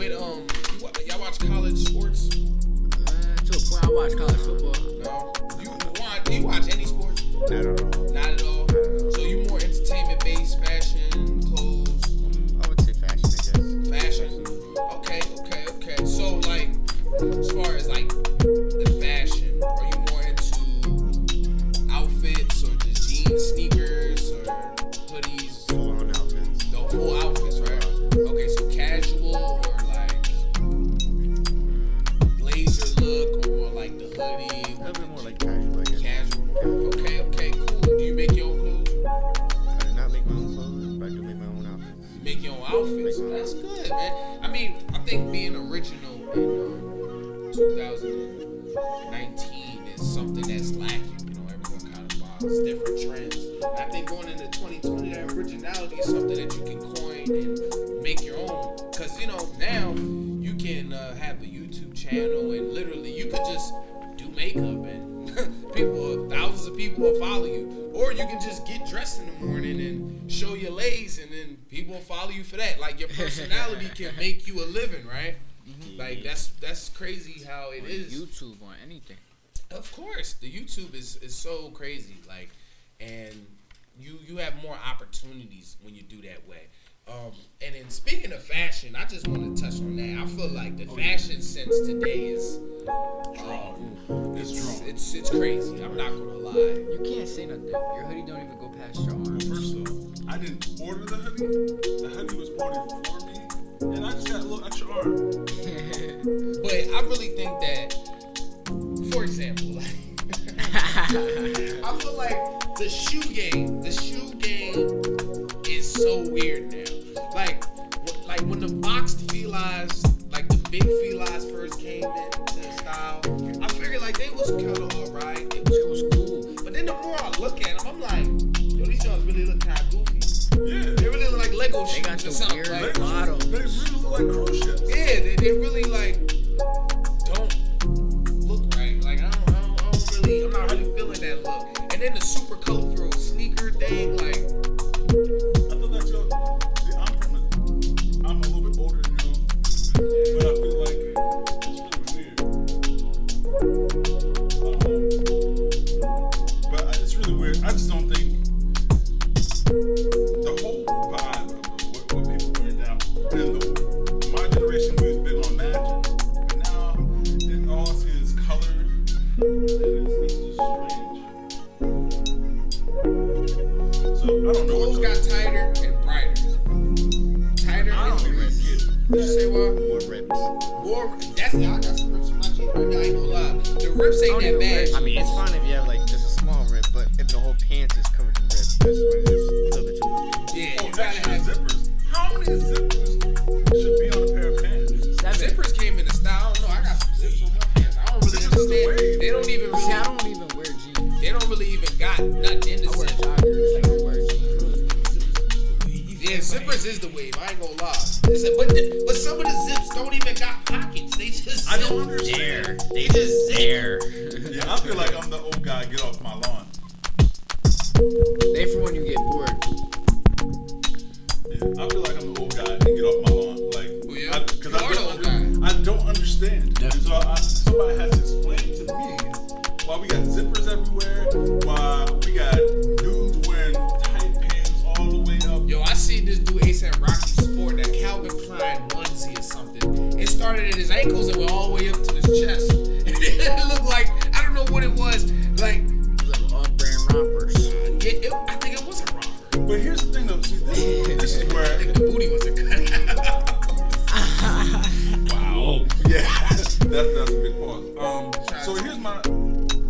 Speaker 1: with um, you, wa- y'all watch college sports?
Speaker 3: Uh, to a point, I watch college football.
Speaker 1: No. You, you watch? Do you watch any sports?
Speaker 4: Not at all.
Speaker 1: Not at all. So you more entertainment based, fashion, clothes,
Speaker 4: I would say fashion, I guess.
Speaker 1: fashion. Okay, okay, okay. So like, as far as like the fashion, are you more into outfits or just jeans, sneakers, or hoodies?
Speaker 4: Full on outfits.
Speaker 1: The full outfits, right? Okay, so casual or like blazer look or like the hoodie.
Speaker 4: A little bit more like casual, I guess.
Speaker 1: Casual. Okay, okay, cool. Do you make your own clothes?
Speaker 4: I do not make my own clothes, but I do make my own outfits. um,
Speaker 1: 2019 is something that's lacking. You know, everyone kind of follows different trends. I think going into 2020, that originality is something that you can coin and make your own. Because, you know, now you can uh, have a YouTube channel and literally you could just do makeup and people, thousands of people will follow you. Or you can just get dressed in the morning and show your legs and then people will follow you for that. Like your personality can make you a living, right? Like that's that's crazy how it
Speaker 3: Mm-hmm. on
Speaker 1: is.
Speaker 3: YouTube on anything.
Speaker 1: Of course, the YouTube is is so crazy. Like, and you you have more opportunities when you do that way. Um, and then speaking of fashion, I just want to touch on that. I feel like
Speaker 3: Oh,
Speaker 1: the fashion sense today is um,
Speaker 2: It's
Speaker 1: it's,
Speaker 2: drawn.
Speaker 1: it's it's crazy. I'm not gonna lie.
Speaker 3: You can't say nothing. Your hoodie don't even go past your arm.
Speaker 2: First off, I didn't order the hoodie. The hoodie was ordered for me, and I just got a little extra arm.
Speaker 1: But I really think that, for example, like. I feel like the shoe game, the shoe game is so weird now. Like, wh- like when the boxed felines, like the big felines first came into style, I figured like they was kind of alright. It was, it was cool. But then the more I look at them, I'm like, yo, these joints really look kind of goofy.
Speaker 2: Yeah.
Speaker 1: They really look like Lego
Speaker 3: They
Speaker 1: shoes
Speaker 3: got
Speaker 1: or
Speaker 3: the
Speaker 1: something.
Speaker 3: weird-
Speaker 1: like-
Speaker 2: They,
Speaker 3: Bottom.
Speaker 2: they really look like cruise ships.
Speaker 1: yeah, they, they really like don't look right. Like I don't, I don't, I don't really, I'm not really feeling that look. And then the super colorful sneaker thing, like
Speaker 2: I thought that y'all. See, I'm from a, I'm a little bit older than you, but I feel like it's really weird. Um, but I, it's really weird. I just don't think the whole vibe of what, what people wear now. And the, my generation we was big on matching, but now it all is color. and It's, it's just strange. So I don't know.
Speaker 1: clothes
Speaker 2: what
Speaker 1: got tighter and brighter. Tighter
Speaker 2: I
Speaker 1: and
Speaker 2: don't even
Speaker 1: brighter.
Speaker 2: get it.
Speaker 1: You say what?
Speaker 4: More rips.
Speaker 1: More. That's I got some rips in my jeans right now. I ain't gonna lie. The rips ain't that
Speaker 3: I don't even
Speaker 1: bad.
Speaker 3: wear-
Speaker 4: I mean, it's fine if you have like just a small rip, but if the whole pants is covered in rips, that's when it's a little bit too much.
Speaker 1: Yeah, you
Speaker 2: Oh, that
Speaker 1: gotta
Speaker 2: shit
Speaker 1: have
Speaker 2: zippers. How many zippers should be on a pair of pants?
Speaker 3: Seven.
Speaker 1: zippers came into style. I don't know. I got some zips on my pants. I don't really
Speaker 2: Zippers is the
Speaker 1: understand.
Speaker 2: wave.
Speaker 1: They don't even
Speaker 3: See, I
Speaker 1: really.
Speaker 3: don't even wear jeans.
Speaker 1: They don't really even got nothing in the
Speaker 3: I wear
Speaker 1: zip.
Speaker 3: joggers. I don't wear jeans.
Speaker 1: Yeah, zippers is the wave. I ain't gonna lie. It's a- but the- but some of the zips don't even got pockets. They just
Speaker 2: I don't
Speaker 1: zip
Speaker 2: understand.
Speaker 1: there. They just zip.
Speaker 2: Yeah, I feel like I'm the old guy. Get off my lawn.
Speaker 3: They for when you get bored.
Speaker 2: Yeah, I feel like I'm the old guy and get off my lawn. Like,
Speaker 1: Oh, yeah?
Speaker 2: I, cause
Speaker 1: You
Speaker 2: I
Speaker 1: are the
Speaker 2: don't,
Speaker 1: old
Speaker 2: under- I don't understand. And so I, somebody has to explain to me why we got zippers everywhere, why we got dudes wearing tight pants all the way up.
Speaker 1: Yo, I see this dude ASAP Rocky sport that Calvin Klein onesie or something. It started at his ankles and went all the way up to his chest. And it looked like I don't know what it was. Like
Speaker 3: Little off-brand rompers.
Speaker 1: it, it, I think it was a robber.
Speaker 2: But here's the thing, though. See, this, is- this is
Speaker 1: I
Speaker 2: where
Speaker 1: think the booty was a cut.
Speaker 2: Wow. Yeah, that's that's a big pause. Um, so here's my.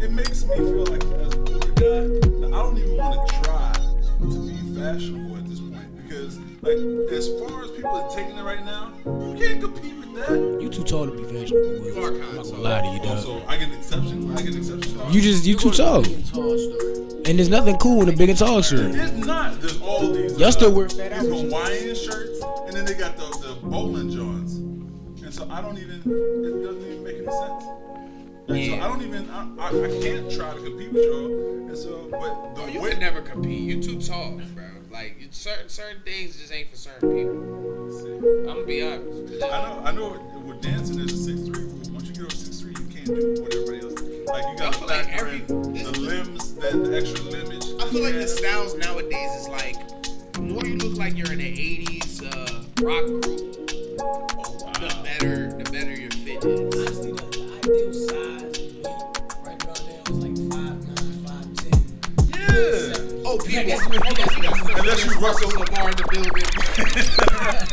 Speaker 2: It makes me feel like as an older guy, that I don't even want to try to be fashionable at this point because, like, as far as people are taking it right now, you can't compete with that.
Speaker 5: You too tall to be fashionable. Will.
Speaker 1: You are kinda
Speaker 5: I'm not
Speaker 1: tall.
Speaker 5: gonna lie to you, dog.
Speaker 2: Also, I get an exception. I get an exception.
Speaker 5: You just you too
Speaker 3: go
Speaker 5: tall,
Speaker 3: to the big and tall store.
Speaker 5: and there's nothing cool in a big and tall shirt.
Speaker 2: There's not. There's all these.
Speaker 5: Y'all still wear
Speaker 2: these
Speaker 5: fat average
Speaker 2: Hawaiian shirts, and then they got the the bowling johns, and so I don't even. It doesn't even make any sense. And so I don't even. I, I, I can't try to compete with y'all. And so, but
Speaker 1: Bro,
Speaker 2: the
Speaker 1: Oh, you
Speaker 2: way
Speaker 1: could never compete. You too tall, bro. Like you, certain certain things just ain't for certain people. I'm gonna be honest.
Speaker 2: I know, I know. With dancing, there's a six three rule. Once you get over six three, you can't do what everybody else. does. Like you got
Speaker 1: I
Speaker 2: to
Speaker 1: feel like
Speaker 2: factor
Speaker 1: every-
Speaker 2: in the limbs, that the extra limbage.
Speaker 1: I feel like
Speaker 2: Yeah.
Speaker 1: the styles nowadays is like the more you look like you're in an '80s uh, rock group,
Speaker 2: Oh,
Speaker 1: the
Speaker 2: wow.
Speaker 1: better the better your fit is.
Speaker 6: Honestly, the, the ideal size for me right around there was like 5'9, 5'10.
Speaker 2: Yeah.
Speaker 1: Oh, people! Unless
Speaker 2: Unless you Russell-
Speaker 1: Lamar in the building,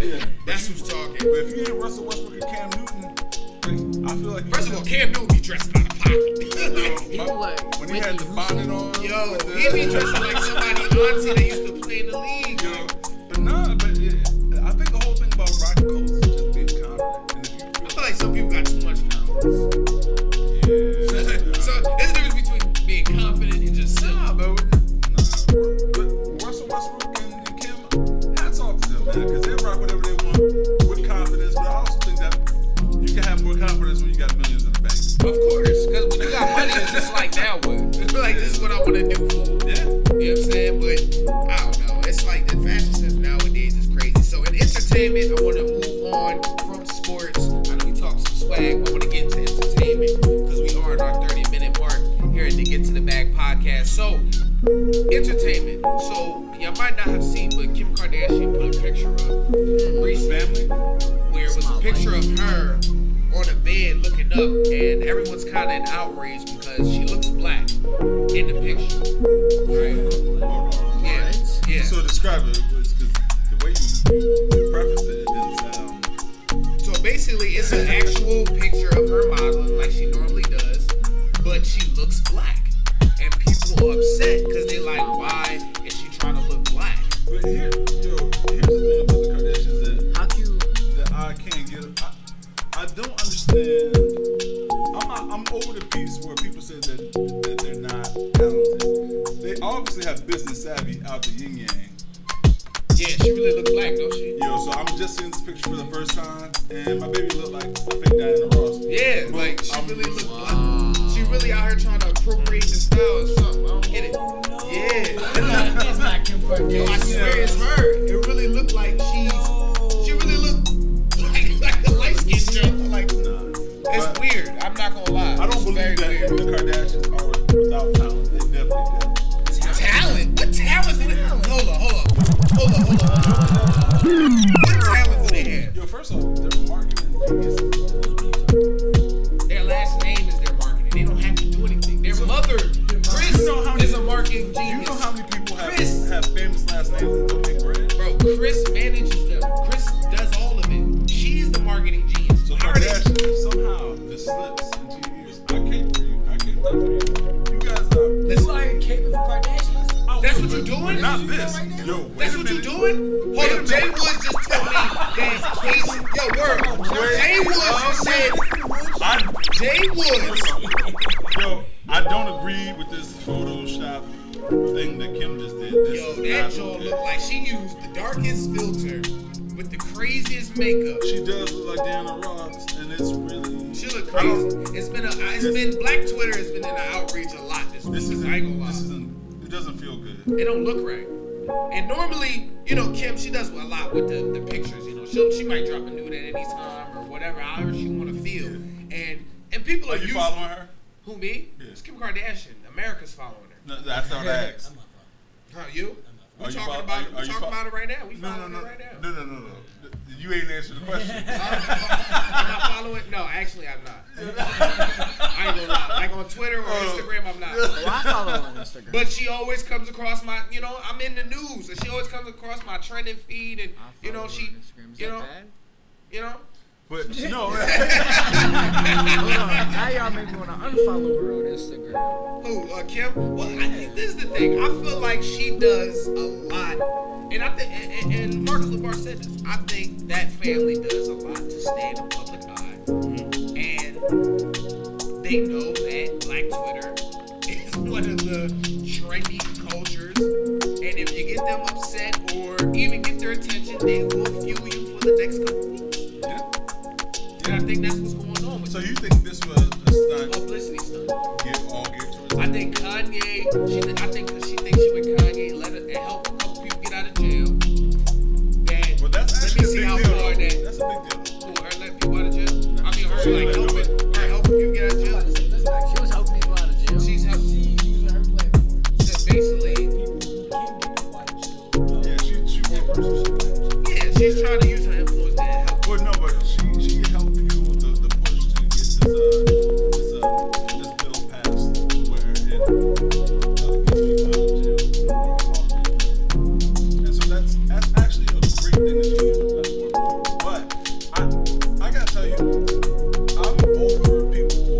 Speaker 2: yeah.
Speaker 1: that's who's
Speaker 2: But
Speaker 1: talking.
Speaker 2: if you hit Russell Westbrook and Cam Newton, like, I feel like
Speaker 1: First of all, Cam Newton be dressed out of
Speaker 2: Yo,
Speaker 1: pocket.
Speaker 2: my-
Speaker 3: People like
Speaker 2: when he had the
Speaker 3: Whitney
Speaker 2: bonnet on,
Speaker 1: Yo,
Speaker 2: with the-
Speaker 1: he be dressed like somebody auntie that used to play in the league.
Speaker 2: Yo, but nah, but it, I think the whole thing about Rock Coast is just being confident. And if you
Speaker 1: I feel like some people got too much power.
Speaker 4: ass.
Speaker 1: so there's a difference between being confident and just silly.
Speaker 2: Nah, but we're- but Russell Westbrook and and Kim, hats off to them, man, 'cause they rock whatever they want with confidence. But I also think that you can have more confidence when you got millions in the bank.
Speaker 1: Of course, because when you got money, it's just like now what? It's like this is what I want to do for. You
Speaker 2: Yeah.
Speaker 1: know what I'm saying? But I don't know. It's like the fashion sense nowadays is crazy. So in entertainment, I want to move on from sports. I know we talked some swag, but I want to get into entertainment because we are at our 30 minute mark here at the Get to the Bag podcast. So entertainment. So you might not have seen, but Kim Kardashian put a picture up recently
Speaker 2: Family.
Speaker 1: where it was a
Speaker 3: Smile
Speaker 1: picture of her on a bed looking up, and everyone's kind of in outrage because she looks black in the picture. Right?
Speaker 2: Hold on.
Speaker 1: Yeah.
Speaker 3: What?
Speaker 1: Yeah.
Speaker 2: So describe it, because the way you, you prefaced it, it didn't sound.
Speaker 1: So basically, it's an actual picture of her modeling like she normally does, but she looks black. And people are upset because they like, why is she trying to look black?
Speaker 2: But here, yo, here's the thing about the Kardashians that
Speaker 3: How can you?
Speaker 2: that I can't get. I, I don't understand. I'm not, I'm over the piece where people say that that they're not talented. They obviously have business savvy out the yin yang.
Speaker 1: Yeah, she really looks black, don't she?
Speaker 2: Yo, so I'm just seeing this picture for the first time, and my baby looked like a fake Diana Ross.
Speaker 1: Yeah,
Speaker 2: But
Speaker 1: like she
Speaker 2: I'm-
Speaker 1: really looks black. She really out here trying to appropriate the style or something. I don't get it. Yeah.
Speaker 3: That's not Kim Kardashian.
Speaker 1: I swear it's her. It really looked like she's. She really looked like, like the light skinned girl. Like, it's
Speaker 2: But
Speaker 1: weird. I'm not gonna lie.
Speaker 2: I don't
Speaker 1: It's very
Speaker 2: believe
Speaker 1: weird.
Speaker 2: that the Kardashians are without talent. They
Speaker 1: Talent? What
Speaker 2: definitely do.
Speaker 1: talent? do they- Hold on, hold on. Hold on, hold on. What talent do they have?
Speaker 2: Yo, first off, their marketing is
Speaker 1: Their last name is their marketing. They don't have to do anything. Their mother, Chris,
Speaker 2: You know how many-
Speaker 1: is a marketing
Speaker 2: Do you
Speaker 1: genius.
Speaker 2: know how many people have,
Speaker 1: Chris.
Speaker 2: have famous last names and don't make bread?
Speaker 1: Bro, Chris manages them. Chris does all of it. She's the marketing genius.
Speaker 2: So
Speaker 1: Already-
Speaker 2: Kardashian if somehow this slips into your ears. I can't for you. I can't love for you. You guys are.
Speaker 1: Listen,
Speaker 6: You are in Cape of Kardashians?
Speaker 2: I
Speaker 1: That's
Speaker 2: would,
Speaker 1: what you
Speaker 2: but
Speaker 1: doing?
Speaker 2: Not
Speaker 1: That's what you
Speaker 2: this.
Speaker 6: doing right now?
Speaker 2: Yo, wait
Speaker 1: That's
Speaker 2: a
Speaker 1: what you
Speaker 2: minute.
Speaker 1: doing?
Speaker 2: Wait
Speaker 1: Hold
Speaker 2: a
Speaker 1: up, Jay
Speaker 2: minute.
Speaker 1: Woods just told me that Casey. Yo, word. Jay Woods said.
Speaker 2: I,
Speaker 1: Jay Woods.
Speaker 2: yo, I don't agree with this Photoshop thing that Kim just did. This
Speaker 1: Yo,
Speaker 2: is
Speaker 1: that
Speaker 2: not
Speaker 1: Joel
Speaker 2: okay.
Speaker 1: looked like she used the darkest filter with the craziest makeup.
Speaker 2: She does look like Diana Ross, and it's really.
Speaker 1: She looked
Speaker 2: I don't-
Speaker 1: crazy. It's been a. It's been Black Twitter has been in the outrage a lot this week.
Speaker 2: This isn't.
Speaker 1: I ain't gonna lie.
Speaker 2: This isn't. It doesn't feel good.
Speaker 1: it don't look right. And normally, you know, Kim, she does a lot with the, the pictures. You know, she she might drop a nude at any time or whatever, however she want to feel. And and people are,
Speaker 2: Are you
Speaker 1: used-
Speaker 2: following her?
Speaker 1: Who me?
Speaker 2: Yeah.
Speaker 1: It's Kim Kardashian. America's following her.
Speaker 2: No, that's not what I asked.
Speaker 6: I'm not
Speaker 1: Huh, you? We're
Speaker 2: Are you
Speaker 1: talking
Speaker 2: fol-
Speaker 1: about
Speaker 2: are
Speaker 1: it.
Speaker 2: you-
Speaker 1: We're
Speaker 2: are you
Speaker 1: talking
Speaker 2: fol-
Speaker 1: about it right now. We
Speaker 2: No, no,
Speaker 1: following
Speaker 2: no,
Speaker 1: it right now.
Speaker 2: no, no, no, no. You ain't answered the question.
Speaker 1: I'm not following. No, actually, I'm not. I ain't gonna lie. Like on Twitter or
Speaker 2: Oh.
Speaker 1: Instagram, I'm not.
Speaker 3: Well, I follow her on Instagram.
Speaker 1: But she always comes across my, you know, I'm in the news, and she always comes across my trending feed, and
Speaker 3: I follow
Speaker 1: you know,
Speaker 3: her
Speaker 1: she,
Speaker 3: on Instagram. Is
Speaker 1: you
Speaker 3: that
Speaker 1: know,
Speaker 3: bad?
Speaker 1: you know.
Speaker 2: But no,
Speaker 3: Hold on. Now y'all make me want to unfollow her on Instagram.
Speaker 1: Who, uh, Kim? Well, I, this is the thing. I feel like she does a lot, and I think, and, and- and Marcus LeVar said this. I think that family does a lot to stay in the public eye, and they know that Black Twitter is one of the trendy cultures, and if you get them upset or even get their attention, they will fuel you for the next couple weeks. And I think that's what's going on with
Speaker 2: so
Speaker 1: so,
Speaker 2: you think this was a stunt?
Speaker 1: publicity stunt.
Speaker 2: Get all geared towards.
Speaker 1: I think Kanye. She, th- I think she thinks she with Kanye. Let it, it help a couple people get out of jail. That
Speaker 2: Well, that's
Speaker 1: let me
Speaker 2: actually a
Speaker 1: see
Speaker 2: big
Speaker 1: how
Speaker 2: deal.
Speaker 1: far
Speaker 2: though.
Speaker 1: that.
Speaker 2: That's a big deal.
Speaker 1: Who, her letting people out of jail? I mean, her
Speaker 2: She
Speaker 1: like
Speaker 2: let them
Speaker 1: helping, her helping people get out of jail.
Speaker 6: Listen, listen,
Speaker 3: She was helping people out of jail.
Speaker 1: She's helping.
Speaker 6: she's using her platform.
Speaker 1: She's basically,
Speaker 6: People who can't get nobody to know.
Speaker 2: Yeah, she she one person. She
Speaker 1: yeah, she's trying to use her influence to help.
Speaker 2: Well, no, but she she helped fuel the, the push to get this uh this uh this bill passed where it uh, gets people out of jail. more often. And so that's that's actually a great thing that she used her platform for. But I I gotta tell you, I'm over people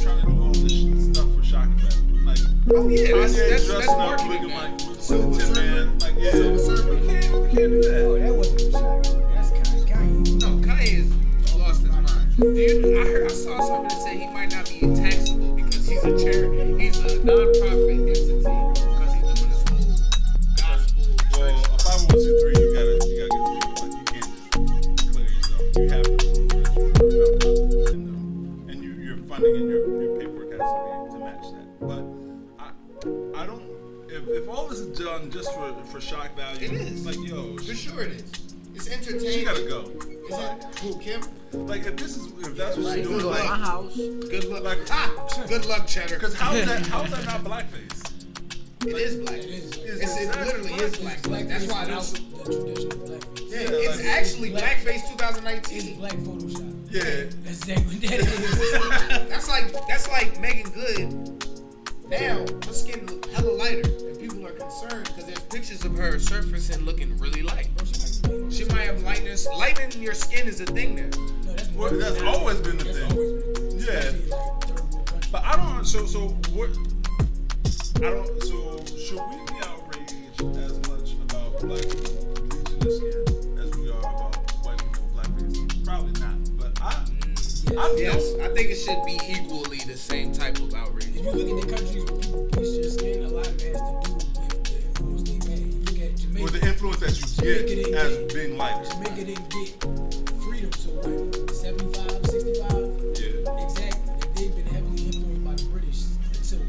Speaker 2: trying to do all this sh- stuff for shock and factor. Like
Speaker 1: Oh yeah, that's
Speaker 2: Kanye
Speaker 1: that's, that's
Speaker 2: dressing up
Speaker 1: marketing.
Speaker 2: looking
Speaker 1: now.
Speaker 2: like with
Speaker 6: Silver
Speaker 2: the Tin
Speaker 6: Surfer.
Speaker 2: Man. Like yeah, we can't we can't do
Speaker 6: Oh,
Speaker 2: that.
Speaker 6: that wasn't a shock. That's Kanye.
Speaker 1: No, Kanye is lost his mind. Do you? I heard, I saw something to say he might not be taxable because he's a charity. He's a non-profit entity because he's doing this whole gospel.
Speaker 2: Well,
Speaker 1: church
Speaker 2: a 501c3, you gotta, you gotta get through it. Like, you can't just clear yourself. You have to. prove that you're not- And, um, and you, your funding and your, your paperwork has to, be, to match that. But I, I don't. If, if all this is done just for, for shock value,
Speaker 1: It is.
Speaker 2: like yo,
Speaker 1: For
Speaker 2: she,
Speaker 1: sure it is. It's entertaining.
Speaker 2: she gotta go.
Speaker 1: Is it who Kim?
Speaker 2: Like if this is if that's what
Speaker 3: Like,
Speaker 2: she's
Speaker 3: you
Speaker 2: doing,
Speaker 3: go to my
Speaker 2: like,
Speaker 3: house.
Speaker 1: Good luck.
Speaker 2: Like-
Speaker 1: ah, good luck, Cheddar.
Speaker 2: because how is that how is that not blackface?
Speaker 1: it is black.
Speaker 6: is.
Speaker 1: It's, it literally is black. Like, that's why I
Speaker 6: that's
Speaker 1: don't.
Speaker 6: the traditional blackface.
Speaker 1: Yeah,
Speaker 2: Yeah,
Speaker 1: it's
Speaker 2: like-
Speaker 1: actually
Speaker 6: Black-
Speaker 1: blackface
Speaker 6: It's
Speaker 1: 2019.
Speaker 6: black Photoshop.
Speaker 2: Yeah,
Speaker 6: That's exactly what that is.
Speaker 1: That's like that's like Megan Good. Now her skin look hella lighter, and people are concerned because there's pictures of her surfacing looking really light. She might have lightness. Lightening your skin is a thing now.
Speaker 6: No, that's
Speaker 2: Well, that's always been the
Speaker 6: That's
Speaker 2: thing.
Speaker 6: always been the thing.
Speaker 2: Yeah.
Speaker 6: Especially, like, third world countries.
Speaker 2: But I don't. So so what? I don't. So should we be outraged as much about black people bleaching their skin as we are about white people blackface? Probably not. But I, I
Speaker 1: Yes,
Speaker 2: don't.
Speaker 1: I think it should be equally the same type of outrage.
Speaker 6: If you look at the countries where people bleach their skin, a lot of it has to do with the influence they had. You look at Jamaica.
Speaker 2: With the influence that you get as being lighter.
Speaker 6: Jamaica didn't get freedom till what, 75, 65?
Speaker 2: Yeah.
Speaker 6: Exactly. Like, They've been heavily influenced by the British until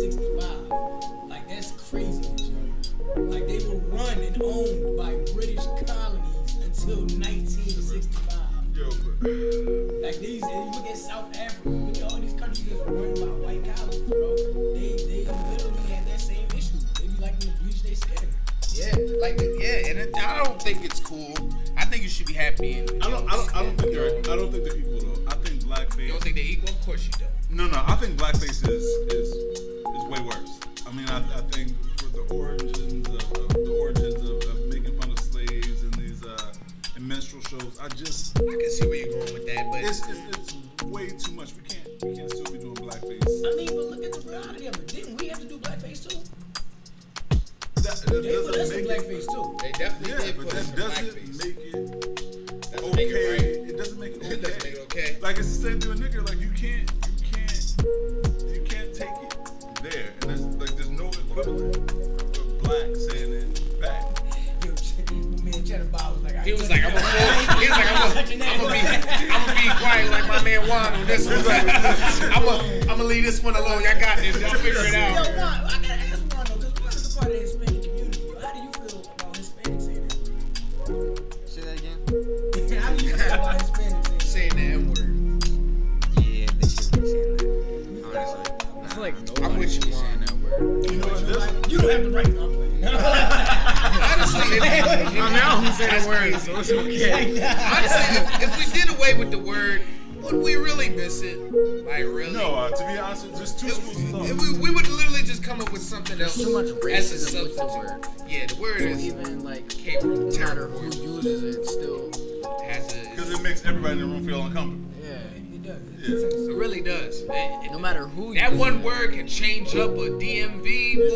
Speaker 6: 1965. Like that's craziness, yo. Like they were run and owned by British colonies until 1965.
Speaker 2: Yo, but
Speaker 6: Like these, if you look at South Africa, look at all these countries that's run by white colonies, bro. They they literally had that same issue. They be liking to bleach their skin.
Speaker 1: Yeah, like yeah, and it, I don't think it's cool. I think you should be happy. And
Speaker 2: I don't. I don't. I don't think they're. I don't think they're equal though. I think
Speaker 1: You don't
Speaker 2: blackface.
Speaker 1: think they equal? Of course you don't.
Speaker 2: No, no. I think blackface is is is way worse. I mean, I, I think for the origins of, of the origins of, of making fun of slaves and these uh, and minstrel shows, I just
Speaker 1: I can see where you're going with that, but
Speaker 2: It's, it's, it's way too much. We can't we can't still be doing blackface.
Speaker 6: I mean, but look at the reality of it. Didn't we have to do blackface too?
Speaker 2: That, that
Speaker 6: They put us
Speaker 2: doesn't
Speaker 6: in
Speaker 2: make it.
Speaker 6: blackface too.
Speaker 1: they definitely
Speaker 2: Yeah,
Speaker 1: did
Speaker 2: but
Speaker 1: put us
Speaker 2: that
Speaker 1: in
Speaker 2: doesn't
Speaker 1: blackface.
Speaker 2: make it
Speaker 1: Doesn't
Speaker 2: okay.
Speaker 1: make it right.
Speaker 2: It doesn't make it okay.
Speaker 1: It doesn't make it okay.
Speaker 2: Like it's the same thing with nigger. Like you can't you can't you can't take it there. And there's like there's no equivalent of black saying it back.
Speaker 6: Yo, Ch- man, Cheddar Bob was like,
Speaker 1: He was like, I'm gonna, he was like, I'm gonna, I'm gonna be, I'm gonna be quiet like my man Juan on this one. I'm gonna, I'm gonna leave this one alone. Y'all got this. Y'all figure it
Speaker 6: Yo,
Speaker 1: out.
Speaker 6: Juan, I gotta ask Juan though, because Juan is a part of the Hispanic community. Yo, how do you feel about Hispanics saying
Speaker 4: Say that again.
Speaker 6: that? how do you feel about Hispanics saying
Speaker 1: Saying the N word.
Speaker 4: Yeah, they should be saying that. Honestly.
Speaker 3: I feel like
Speaker 1: I'm
Speaker 3: nobody
Speaker 1: with
Speaker 3: should
Speaker 1: you,
Speaker 3: be saying
Speaker 1: Juan.
Speaker 3: that word.
Speaker 2: You know what? There's,
Speaker 6: that? You don't have the right to
Speaker 1: Honestly, if,
Speaker 3: I'm now I'm saying
Speaker 1: That's
Speaker 3: the word,
Speaker 1: crazy.
Speaker 3: so it's okay.
Speaker 1: honestly, if, if we did away with the word, would we really miss it? Like really?
Speaker 2: no, uh, to be honest, there's two schools of
Speaker 1: It, it, we,
Speaker 2: thought.
Speaker 1: we would literally just come up with something else.
Speaker 3: Too much
Speaker 1: as a
Speaker 3: racism with the
Speaker 1: substitute.
Speaker 3: word.
Speaker 1: Yeah, the word
Speaker 3: Or
Speaker 1: is
Speaker 3: even like,
Speaker 1: came from
Speaker 3: no matter
Speaker 1: terrible.
Speaker 3: who uses it, still,
Speaker 1: Has
Speaker 2: Because
Speaker 1: a,
Speaker 2: it makes everybody in the room feel uncomfortable.
Speaker 3: yeah.
Speaker 2: Yeah.
Speaker 1: it really does. It- it-
Speaker 3: No matter who.
Speaker 1: That
Speaker 3: uses
Speaker 1: one
Speaker 3: it.
Speaker 1: word can change up a DMV boy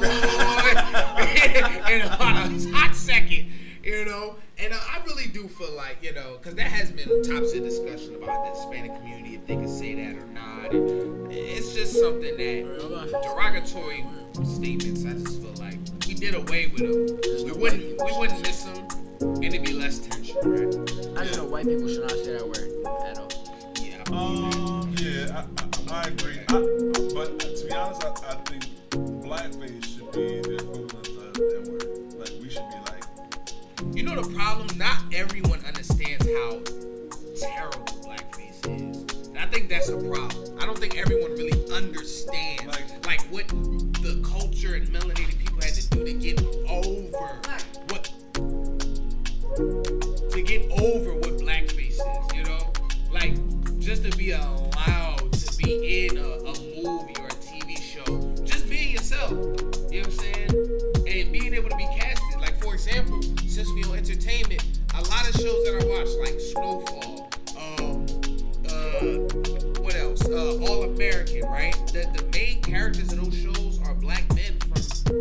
Speaker 1: in about a hot second, you know. And uh, I really do feel like you know, because that has been tops of discussion about the Hispanic community if they can say that or not. And it's just something that derogatory statements. I just feel like we did away with them. We wouldn't we wouldn't miss them, and it'd be less tension, right?
Speaker 3: I just know white people should not say that word at all.
Speaker 1: Yeah.
Speaker 2: Um, yeah, I, I, I agree. I, but to be honest, I, I think blackface should be the equivalent of that word. Like, we should be like,
Speaker 1: You know the problem? Not everyone understands how terrible blackface is. And I think that's a problem. I don't think everyone really understands like,
Speaker 2: Like-
Speaker 1: what the culture and melanated people had to do to get over what to get over what blackface is, you know? Like just to be allowed to be in a, a movie or a TV show, just being yourself. You know what I'm saying? And being able to be casted. Like for example, since we on entertainment, a lot of shows that I watch, like Snowfall, um, uh, what else? Uh, All American, right? The the main characters in those shows are black men from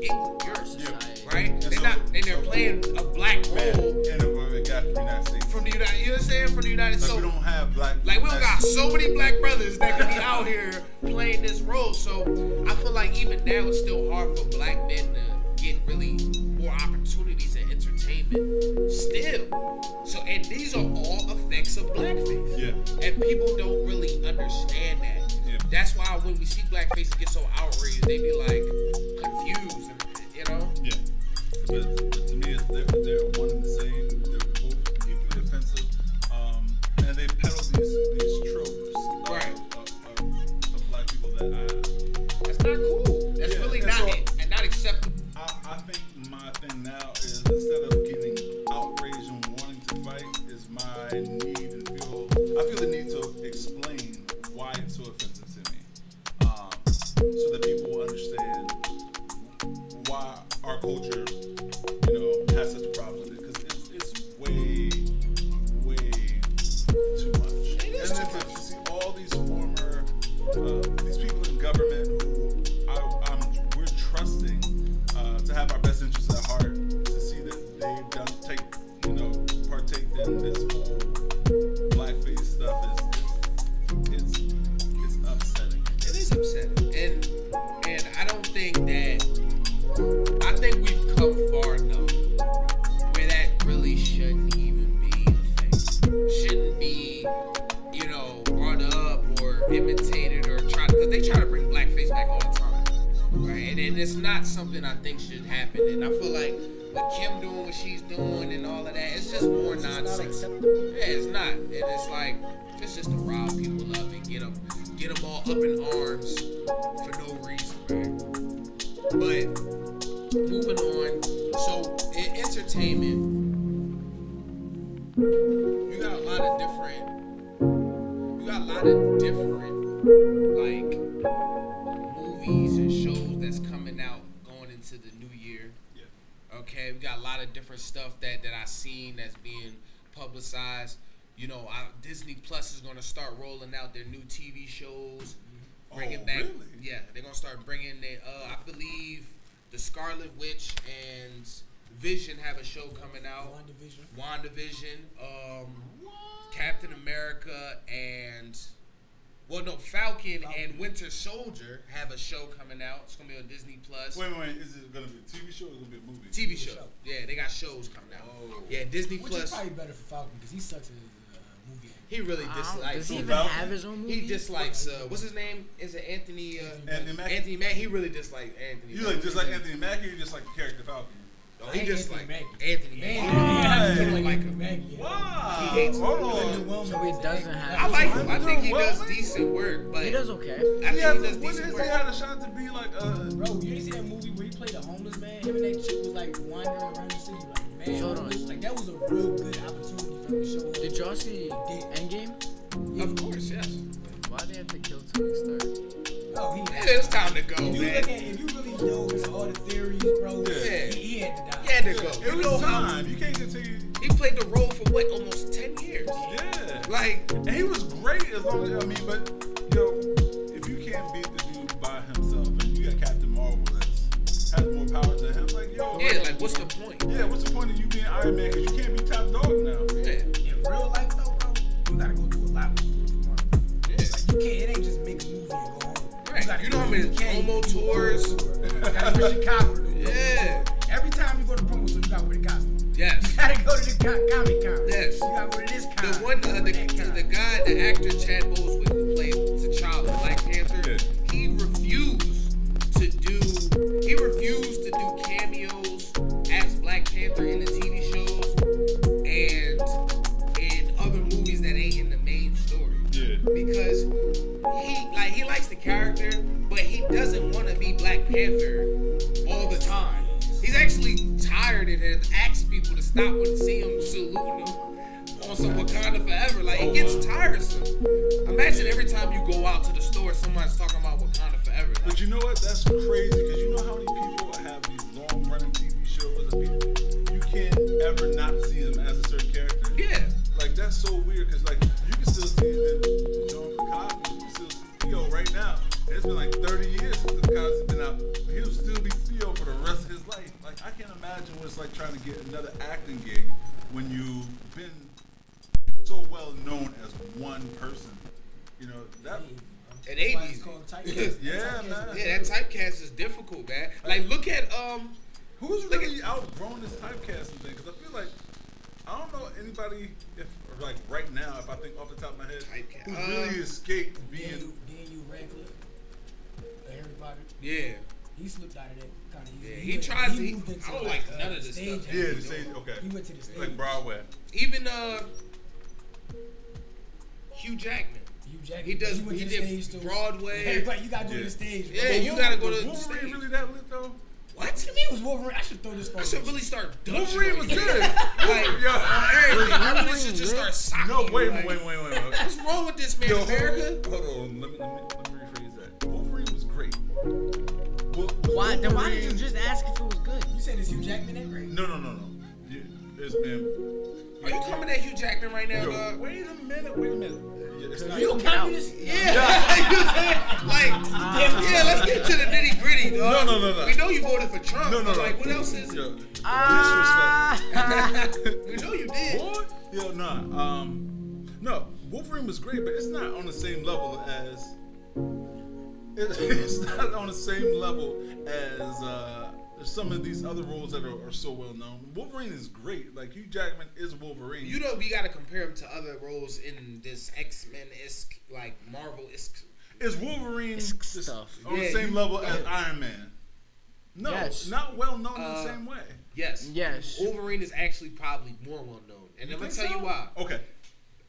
Speaker 1: England, Europe,
Speaker 3: Society.
Speaker 1: right?
Speaker 2: And
Speaker 1: They're
Speaker 2: so-
Speaker 1: not, and they're playing a black
Speaker 2: man,
Speaker 1: role
Speaker 2: and if a guy from the United States.
Speaker 1: from the United. You know what I'm saying? From the United
Speaker 2: Like,
Speaker 1: States.
Speaker 2: we
Speaker 1: So
Speaker 2: don't have black
Speaker 1: like we don't got
Speaker 2: that's-
Speaker 1: so many black brothers that could be out here playing this role. So I feel like even now it's still hard for black men to get really more opportunities in entertainment. Still. So and these are all effects of blackface.
Speaker 2: Yeah.
Speaker 1: And people don't really understand that.
Speaker 2: Yeah.
Speaker 1: That's why when we see blackface get so outraged, they be like confused, you know?
Speaker 2: Yeah. But to me, it's- they're, they're one and the same. They're both equally offensive. Um, and they peddle these, these tropes of,
Speaker 1: Right.
Speaker 2: of, of, of black people that
Speaker 1: That's not cool. That's
Speaker 2: Yeah,
Speaker 1: really
Speaker 2: and
Speaker 1: not
Speaker 2: so-
Speaker 1: and not acceptable.
Speaker 2: I, I, I think my thing now is instead of getting outraged and wanting to fight, is my need and feel, I feel the need to explain why it's so offensive to me. Um, so that people will understand why our culture, you know, has such problems with it because it's, it's way, way too much.
Speaker 1: It is
Speaker 2: and
Speaker 1: too
Speaker 2: it's like
Speaker 1: much.
Speaker 2: you see all these former, uh, these people in government who I, I'm, we're trusting uh, to have our best interests at heart, to see that they don't take, you know, partake in this whole blackface stuff is, it's, it's upsetting.
Speaker 1: It is upsetting, and and I don't think that I think we've come far enough where that really shouldn't even be a thing. Shouldn't be, you know, brought up or imitated or try because they try to bring blackface back all the time, right? And, and it's not something I think should happen. And I feel like with Kim doing what she's doing and all of that, it's just more nonsense. Yeah, it's not. And it's like it's just to rile people up and get them get them all up in arms for no reason, right? But moving on. So in entertainment, you got a lot of different. You got a lot of different like movies and shows that's coming out going into the new year.
Speaker 2: Yeah.
Speaker 1: Okay, we got a lot of different stuff that that I seen that's being publicized. You know, I, Disney Plus is gonna start rolling out their new TV shows, bringing
Speaker 2: Oh,
Speaker 1: back.
Speaker 2: really?
Speaker 1: Yeah, they're gonna start bringing. They, uh, I believe, the Scarlet Witch and Vision have a show coming out.
Speaker 6: WandaVision.
Speaker 1: WandaVision, um, Captain America, and well, no, Falcon and Winter Soldier have a show coming out. It's gonna be on Disney Plus.
Speaker 2: Wait, wait, wait. Is it gonna be a TV show or is it gonna be a movie?
Speaker 1: TV show. Yeah, they got shows coming out.
Speaker 2: Oh.
Speaker 1: Yeah, Disney
Speaker 6: Which is
Speaker 1: Plus.
Speaker 6: probably better for Falcon because he sucks at his, uh, movie acting.
Speaker 1: He really
Speaker 3: I don't-
Speaker 1: dislikes.
Speaker 3: does he
Speaker 1: He,
Speaker 3: even
Speaker 2: Falcon.
Speaker 3: have his own movie?
Speaker 1: dislikes. Uh, what's his name? Is it Anthony? Uh,
Speaker 2: Anthony Mackie.
Speaker 1: Anthony Mack. He really dislikes Anthony.
Speaker 2: You
Speaker 1: Mackie.
Speaker 2: like just like Anthony Mackie, you just like the character Falcon.
Speaker 1: No, he
Speaker 6: Like
Speaker 1: just like
Speaker 6: Anthony
Speaker 1: Anthony Mack.
Speaker 6: Man,
Speaker 2: Why?
Speaker 6: I don't like
Speaker 1: Like
Speaker 6: him. Man, yeah.
Speaker 2: Wow.
Speaker 1: He hates
Speaker 2: Hold
Speaker 6: Lin-Manuel
Speaker 2: on.
Speaker 6: Miranda
Speaker 3: So he
Speaker 6: is
Speaker 3: doesn't
Speaker 6: acting.
Speaker 3: have-
Speaker 1: I like him. I
Speaker 2: Wonder
Speaker 1: think he
Speaker 2: what?
Speaker 1: does decent work, but
Speaker 3: He does okay.
Speaker 1: I
Speaker 2: He
Speaker 1: think
Speaker 2: had,
Speaker 1: he
Speaker 2: the,
Speaker 1: does
Speaker 2: what
Speaker 1: decent
Speaker 2: is, he
Speaker 1: work.
Speaker 2: had a shot to be like uh,
Speaker 6: Bro, you didn't see that movie where he played a homeless man? Him and that chick was like wandering around the city, like man,
Speaker 3: Hold on.
Speaker 6: like that was a real good opportunity for him to show up.
Speaker 3: Did y'all see Endgame?
Speaker 1: Of course, yes.
Speaker 3: Why they have to kill Tony Stark?
Speaker 6: Oh, he.
Speaker 1: Yeah, it's time to go,
Speaker 6: If you
Speaker 1: man.
Speaker 6: look at, if you really delve into all the theories, bro,
Speaker 1: Yeah.
Speaker 6: he, he had to die.
Speaker 1: He had to go.
Speaker 2: it
Speaker 1: You
Speaker 2: was
Speaker 1: know how
Speaker 2: time. You can't just see
Speaker 1: he played the role for what almost ten years.
Speaker 2: Yeah.
Speaker 1: Like
Speaker 2: And he was great as long as I mean, but yo, if you can't beat the dude by himself and you got Captain Marvel that's has more power than him, like yo
Speaker 1: yeah, like what's the point?
Speaker 2: yeah, what's the point of you being Iron Man? Cause you can't be top dog now.
Speaker 1: Yeah,
Speaker 6: In real life, though, bro, you gotta go through a lot with you.
Speaker 1: yeah.
Speaker 6: You can't. It ain't just make a movie and go home.
Speaker 1: Right.
Speaker 6: gotta
Speaker 1: You know
Speaker 6: go
Speaker 1: how many
Speaker 6: through the game.
Speaker 1: promo tours?
Speaker 6: gotta go to Chicago. to do a promo
Speaker 1: Yeah.
Speaker 6: tour. Every time you go to promo, tour, you gotta wear the costume.
Speaker 1: Yes.
Speaker 6: You gotta go to the co- comic con.
Speaker 1: Yes.
Speaker 6: You gotta go to this
Speaker 1: The
Speaker 6: con.
Speaker 1: one, uh, the,
Speaker 6: that
Speaker 1: the,
Speaker 6: con.
Speaker 1: the guy, the actor Chad Boseman, who played T'Challa, Black Panther,
Speaker 2: Yeah.
Speaker 1: he refused to do, he refused to do cameos as Black Panther in the TV shows and in other movies that ain't in the main story.
Speaker 2: Yeah.
Speaker 1: Because he, like, he likes the character, but he doesn't want to be Black Panther all the time. He's actually tired and has asked people to stop when see him saluting him on some Wakanda forever. Like it gets tiresome. Imagine every time you go out to the store, somebody's talking about Wakanda forever. Like,
Speaker 2: But you know what? That's crazy because you know how many people have these long running TV shows and people you can't ever not see them as a certain character.
Speaker 1: yeah,
Speaker 2: Like that's so weird because like you can still see the John Cosby, you can still see Theo right now. It's been like 30 years since the Cosby's been out. but He'll still be Theo for the rest of his life. Like I can't imagine what it's like trying to get another acting gig when you've been so well known as one person That,
Speaker 1: It
Speaker 6: That's why
Speaker 1: ain't
Speaker 6: it's
Speaker 1: easy.
Speaker 6: called typecast.
Speaker 2: yeah,
Speaker 6: Typecast.
Speaker 2: man.
Speaker 1: Yeah, that typecast is difficult, man. Like, look at um,
Speaker 2: Who's
Speaker 1: Look
Speaker 2: really outgrown this typecasting thing? Because I feel like I don't know anybody if or like right now if I think off the top of my head
Speaker 1: Typecast.
Speaker 2: who really
Speaker 1: Um,
Speaker 2: escaped
Speaker 6: Daniel,
Speaker 2: being.
Speaker 6: Daniel Radcliffe, uh, Harry Potter,
Speaker 1: yeah,
Speaker 6: he slipped out of that kind of.
Speaker 1: Yeah, he tried to-
Speaker 6: moved into
Speaker 1: I don't like
Speaker 6: uh,
Speaker 1: none of this
Speaker 6: stage
Speaker 1: stuff.
Speaker 2: Yeah,
Speaker 6: acting.
Speaker 2: the stage. Okay,
Speaker 6: He went to the stage.
Speaker 2: like Broadway.
Speaker 1: even uh, Hugh Jackman.
Speaker 6: Hugh Jackman,
Speaker 1: He does.
Speaker 6: He, went
Speaker 1: He
Speaker 6: to the
Speaker 1: did
Speaker 6: stage too.
Speaker 1: Broadway.
Speaker 6: Everybody, you gotta go
Speaker 2: Yeah.
Speaker 6: to the stage. bro.
Speaker 1: Yeah,
Speaker 2: But
Speaker 1: you
Speaker 2: Wolver-
Speaker 1: gotta go to
Speaker 2: was
Speaker 1: the
Speaker 2: Wolverine
Speaker 1: stage.
Speaker 2: really that lit though?
Speaker 1: What to
Speaker 6: To
Speaker 1: me?
Speaker 6: me, it was Wolverine. I should throw this.
Speaker 1: I
Speaker 6: phone
Speaker 1: should
Speaker 6: at you.
Speaker 1: really start dunking.
Speaker 2: Wolverine was
Speaker 1: on
Speaker 2: good.
Speaker 1: you.
Speaker 2: Like,
Speaker 1: Like,
Speaker 2: yo,
Speaker 1: on everything. I really should just start socking.
Speaker 2: no,
Speaker 1: you,
Speaker 2: wait,
Speaker 1: like,
Speaker 2: wait, wait, wait, wait.
Speaker 1: What's wrong with this man,
Speaker 2: Yo, hold
Speaker 1: America?
Speaker 2: on, Hold on, let me, let me let me rephrase that. Wolverine was great. Wo-
Speaker 3: Why? Then why did you
Speaker 2: Wolverine-
Speaker 3: just ask if it was good?
Speaker 6: You said it's Hugh Jackman that great?
Speaker 2: No, no, no, no. Yeah, it's been.
Speaker 1: Are you coming at Hugh Jackman right now,
Speaker 2: Yo,
Speaker 1: dog?
Speaker 2: wait a minute, wait a minute. Yeah, it's not-
Speaker 6: You a communist?
Speaker 1: Yeah, you know what I'm saying? like, yeah, let's get to the nitty gritty, dog.
Speaker 2: No, no, no, no.
Speaker 1: We know you voted for Trump.
Speaker 2: No, no,
Speaker 1: but
Speaker 2: no.
Speaker 1: Like, what else is
Speaker 2: Yo,
Speaker 1: it?
Speaker 3: Ah.
Speaker 1: we know you did.
Speaker 2: What? Yo, nah. Um, no. Wolverine was great, but it's not on the same level as. It, it's not on the same level as uh, some of these other roles that are, are so well known. Wolverine is great. Like Hugh Jackman is Wolverine.
Speaker 1: You know, we gotta compare him to other roles in this X Men esque, like Marvel esque.
Speaker 2: is Wolverine
Speaker 3: It's
Speaker 2: just
Speaker 3: stuff.
Speaker 2: on
Speaker 1: Yeah,
Speaker 2: the same
Speaker 1: you-
Speaker 2: level as Iron Man? No,
Speaker 3: Yes.
Speaker 2: not well known in the
Speaker 1: Uh,
Speaker 2: same way.
Speaker 1: Yes.
Speaker 3: Yes.
Speaker 1: Wolverine is actually probably more well known, and I'm gonna
Speaker 2: Think
Speaker 1: tell you
Speaker 2: so?
Speaker 1: why.
Speaker 2: Okay.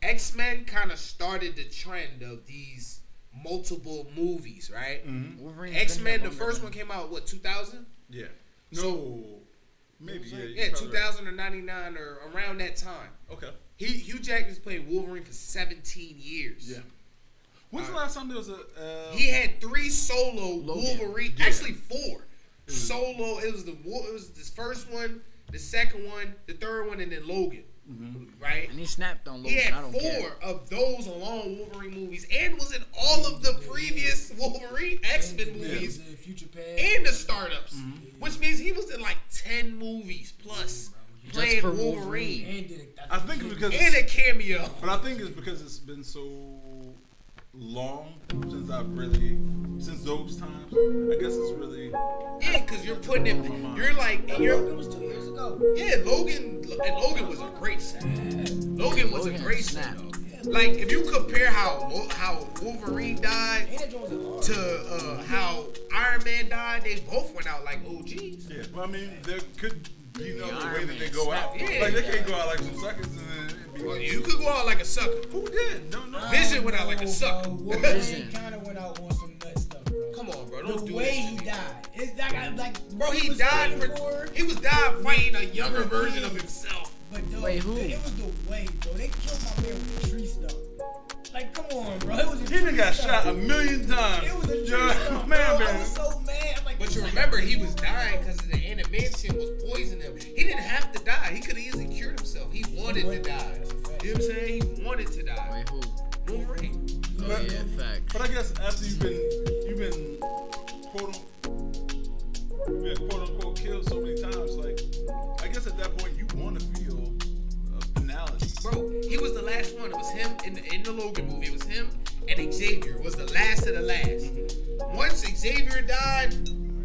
Speaker 1: X Men kind of started the trend of these multiple movies, right?
Speaker 2: Mm-hmm.
Speaker 3: Wolverine's been
Speaker 1: X Men,
Speaker 3: here
Speaker 1: the first
Speaker 3: longer
Speaker 1: one came out what 2000?
Speaker 2: Yeah. No.
Speaker 1: So-
Speaker 2: Maybe. Yeah.
Speaker 1: Yeah,
Speaker 2: you're probably
Speaker 1: 2000 or 99 or around that time.
Speaker 2: Right. Okay.
Speaker 1: He, Hugh Jackman's played Wolverine for 17 years.
Speaker 2: Yeah. When's the last time there was a? Uh,
Speaker 1: He had three solo
Speaker 3: Logan.
Speaker 1: Wolverine,
Speaker 2: Yeah.
Speaker 1: actually four. Solo, it was the Wo- it was this first one, the second one, the third one, and then Logan. Right?
Speaker 3: than- And he snapped on Logan.
Speaker 1: He had
Speaker 3: I don't
Speaker 1: four
Speaker 3: care.
Speaker 1: of those alone Wolverine movies and was in all of the previous Wolverine X Men movies
Speaker 6: The Future Past.
Speaker 1: and the startups, which means he was in like 10 movies plus playing
Speaker 3: for
Speaker 1: Wolverine.
Speaker 6: And did it.
Speaker 2: I think it's because.
Speaker 1: and a cameo.
Speaker 2: but I think it's because it's been so long since I've really since those times. I guess it's really.
Speaker 1: Yeah, because you're putting it, you're like, and you're,
Speaker 6: It was two years ago.
Speaker 1: yeah, Logan, and Logan was a great set. Logan was a
Speaker 3: Logan
Speaker 1: great set.
Speaker 3: snapped.
Speaker 1: though. Like, if you compare how Lo- how Wolverine died
Speaker 6: And that joint was hard.
Speaker 1: to uh, how Iron Man died, they both went out like OGs.
Speaker 2: Yeah. But I mean, there could be no
Speaker 3: Yeah,
Speaker 2: other
Speaker 3: Iron
Speaker 2: way that
Speaker 3: Man
Speaker 2: they go out.
Speaker 1: snapped.
Speaker 2: Like they can't go out like some suckers and then it'd be.
Speaker 1: Well, you could go out like a sucker.
Speaker 2: Who did? No, no.
Speaker 1: Vision went out like a sucker.
Speaker 6: Wolverine kind of went out on some nut stuff, bro.
Speaker 1: Come on, bro. Don't
Speaker 6: The
Speaker 1: do
Speaker 6: way
Speaker 1: this to
Speaker 6: he
Speaker 1: me.
Speaker 6: died. It's like, I- like
Speaker 1: Bro, he
Speaker 6: was
Speaker 1: died.
Speaker 6: fighting
Speaker 1: For,
Speaker 6: it,
Speaker 1: he was died fighting a younger version of himself.
Speaker 6: But though,
Speaker 3: Wait, who?
Speaker 6: It was the way, bro. They killed my man with the tree stuff. Like, come on, bro. It was a
Speaker 2: He done
Speaker 6: tree
Speaker 2: got
Speaker 6: stump.
Speaker 2: shot a million times.
Speaker 6: It was a tree
Speaker 2: Yeah,
Speaker 6: stump, bro.
Speaker 2: man,
Speaker 6: I
Speaker 2: man.
Speaker 6: was so mad. I'm like,
Speaker 1: But you remember, he was dying because the animation was poisoning him. He didn't have to die. He could have easily cured himself. He wanted to die. You know what I'm saying? He wanted to die.
Speaker 3: Wait, who?
Speaker 1: Wolverine.
Speaker 3: Oh,
Speaker 2: But-
Speaker 3: yeah, fact.
Speaker 2: But I guess after you've been you've been quote unquote, been quote unquote killed so many times, like I guess at that point you want to feel a finality.
Speaker 1: Bro, he was the last one. It was him in the, in the Logan movie. It was him and Xavier was the last of the last. Once Xavier died,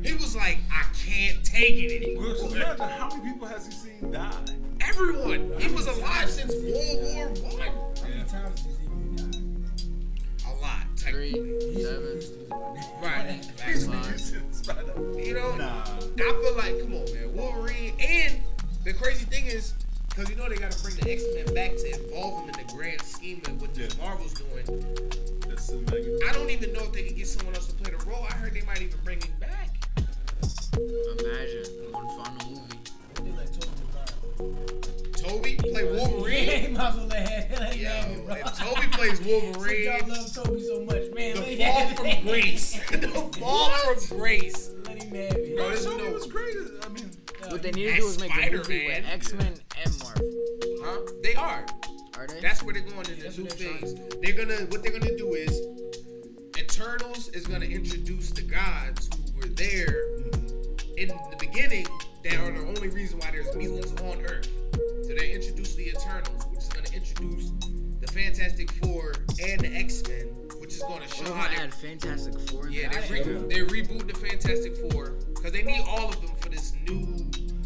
Speaker 1: he was like, I can't take it anymore.
Speaker 2: Just imagine how many people has he seen die?
Speaker 1: Everyone. He was alive since World War One.
Speaker 6: How many times did he die?
Speaker 1: A lot.
Speaker 3: Three,
Speaker 1: technically.
Speaker 3: seven.
Speaker 1: Right.
Speaker 2: He's
Speaker 1: Like,
Speaker 2: been
Speaker 3: Fine.
Speaker 2: using Spider-
Speaker 1: You know?
Speaker 2: Nah.
Speaker 1: I feel like, come on, man, Wolverine. And the crazy thing is, because you know they got to bring the X Men back to involve them in the grand scheme of what the
Speaker 2: Yeah.
Speaker 1: Marvel's doing.
Speaker 2: That's in Megan.
Speaker 1: I don't even know if they could get someone else to play the role. I heard they might even bring him back.
Speaker 3: Imagine one final movie.
Speaker 6: They let Toby die.
Speaker 1: Toby play Wolverine.
Speaker 6: They might as well let him- let him
Speaker 1: Yo,
Speaker 6: have it, bro.
Speaker 1: if Toby plays
Speaker 6: Since y'all
Speaker 1: Wolverine,
Speaker 6: love Toby so much, man.
Speaker 1: the
Speaker 6: let him
Speaker 1: fall
Speaker 6: have
Speaker 1: from
Speaker 6: it.
Speaker 1: grace. The fall from grace.
Speaker 6: Let him have it.
Speaker 1: Bro, this
Speaker 2: Tony
Speaker 1: no-
Speaker 2: was great. I mean,
Speaker 3: What they need to do is make a movie
Speaker 1: Spider-Man.
Speaker 3: with X Men and Marvel.
Speaker 1: Huh? They are.
Speaker 3: Are they?
Speaker 1: That's where they're going in
Speaker 6: that's
Speaker 1: the new
Speaker 6: what they're trying
Speaker 1: phase.
Speaker 6: to
Speaker 1: They're gonna what they're gonna do is Eternals is gonna introduce the gods who were there in the beginning that are the only reason why there's mutants on Earth. So they introduce the Eternals, which is gonna introduce the Fantastic Four and the X Men, which is gonna showing
Speaker 3: I
Speaker 1: how they
Speaker 3: add Fantastic Four. in
Speaker 1: yeah,
Speaker 3: there.
Speaker 1: they, re- they reboot the Fantastic Four because they need all of them for this new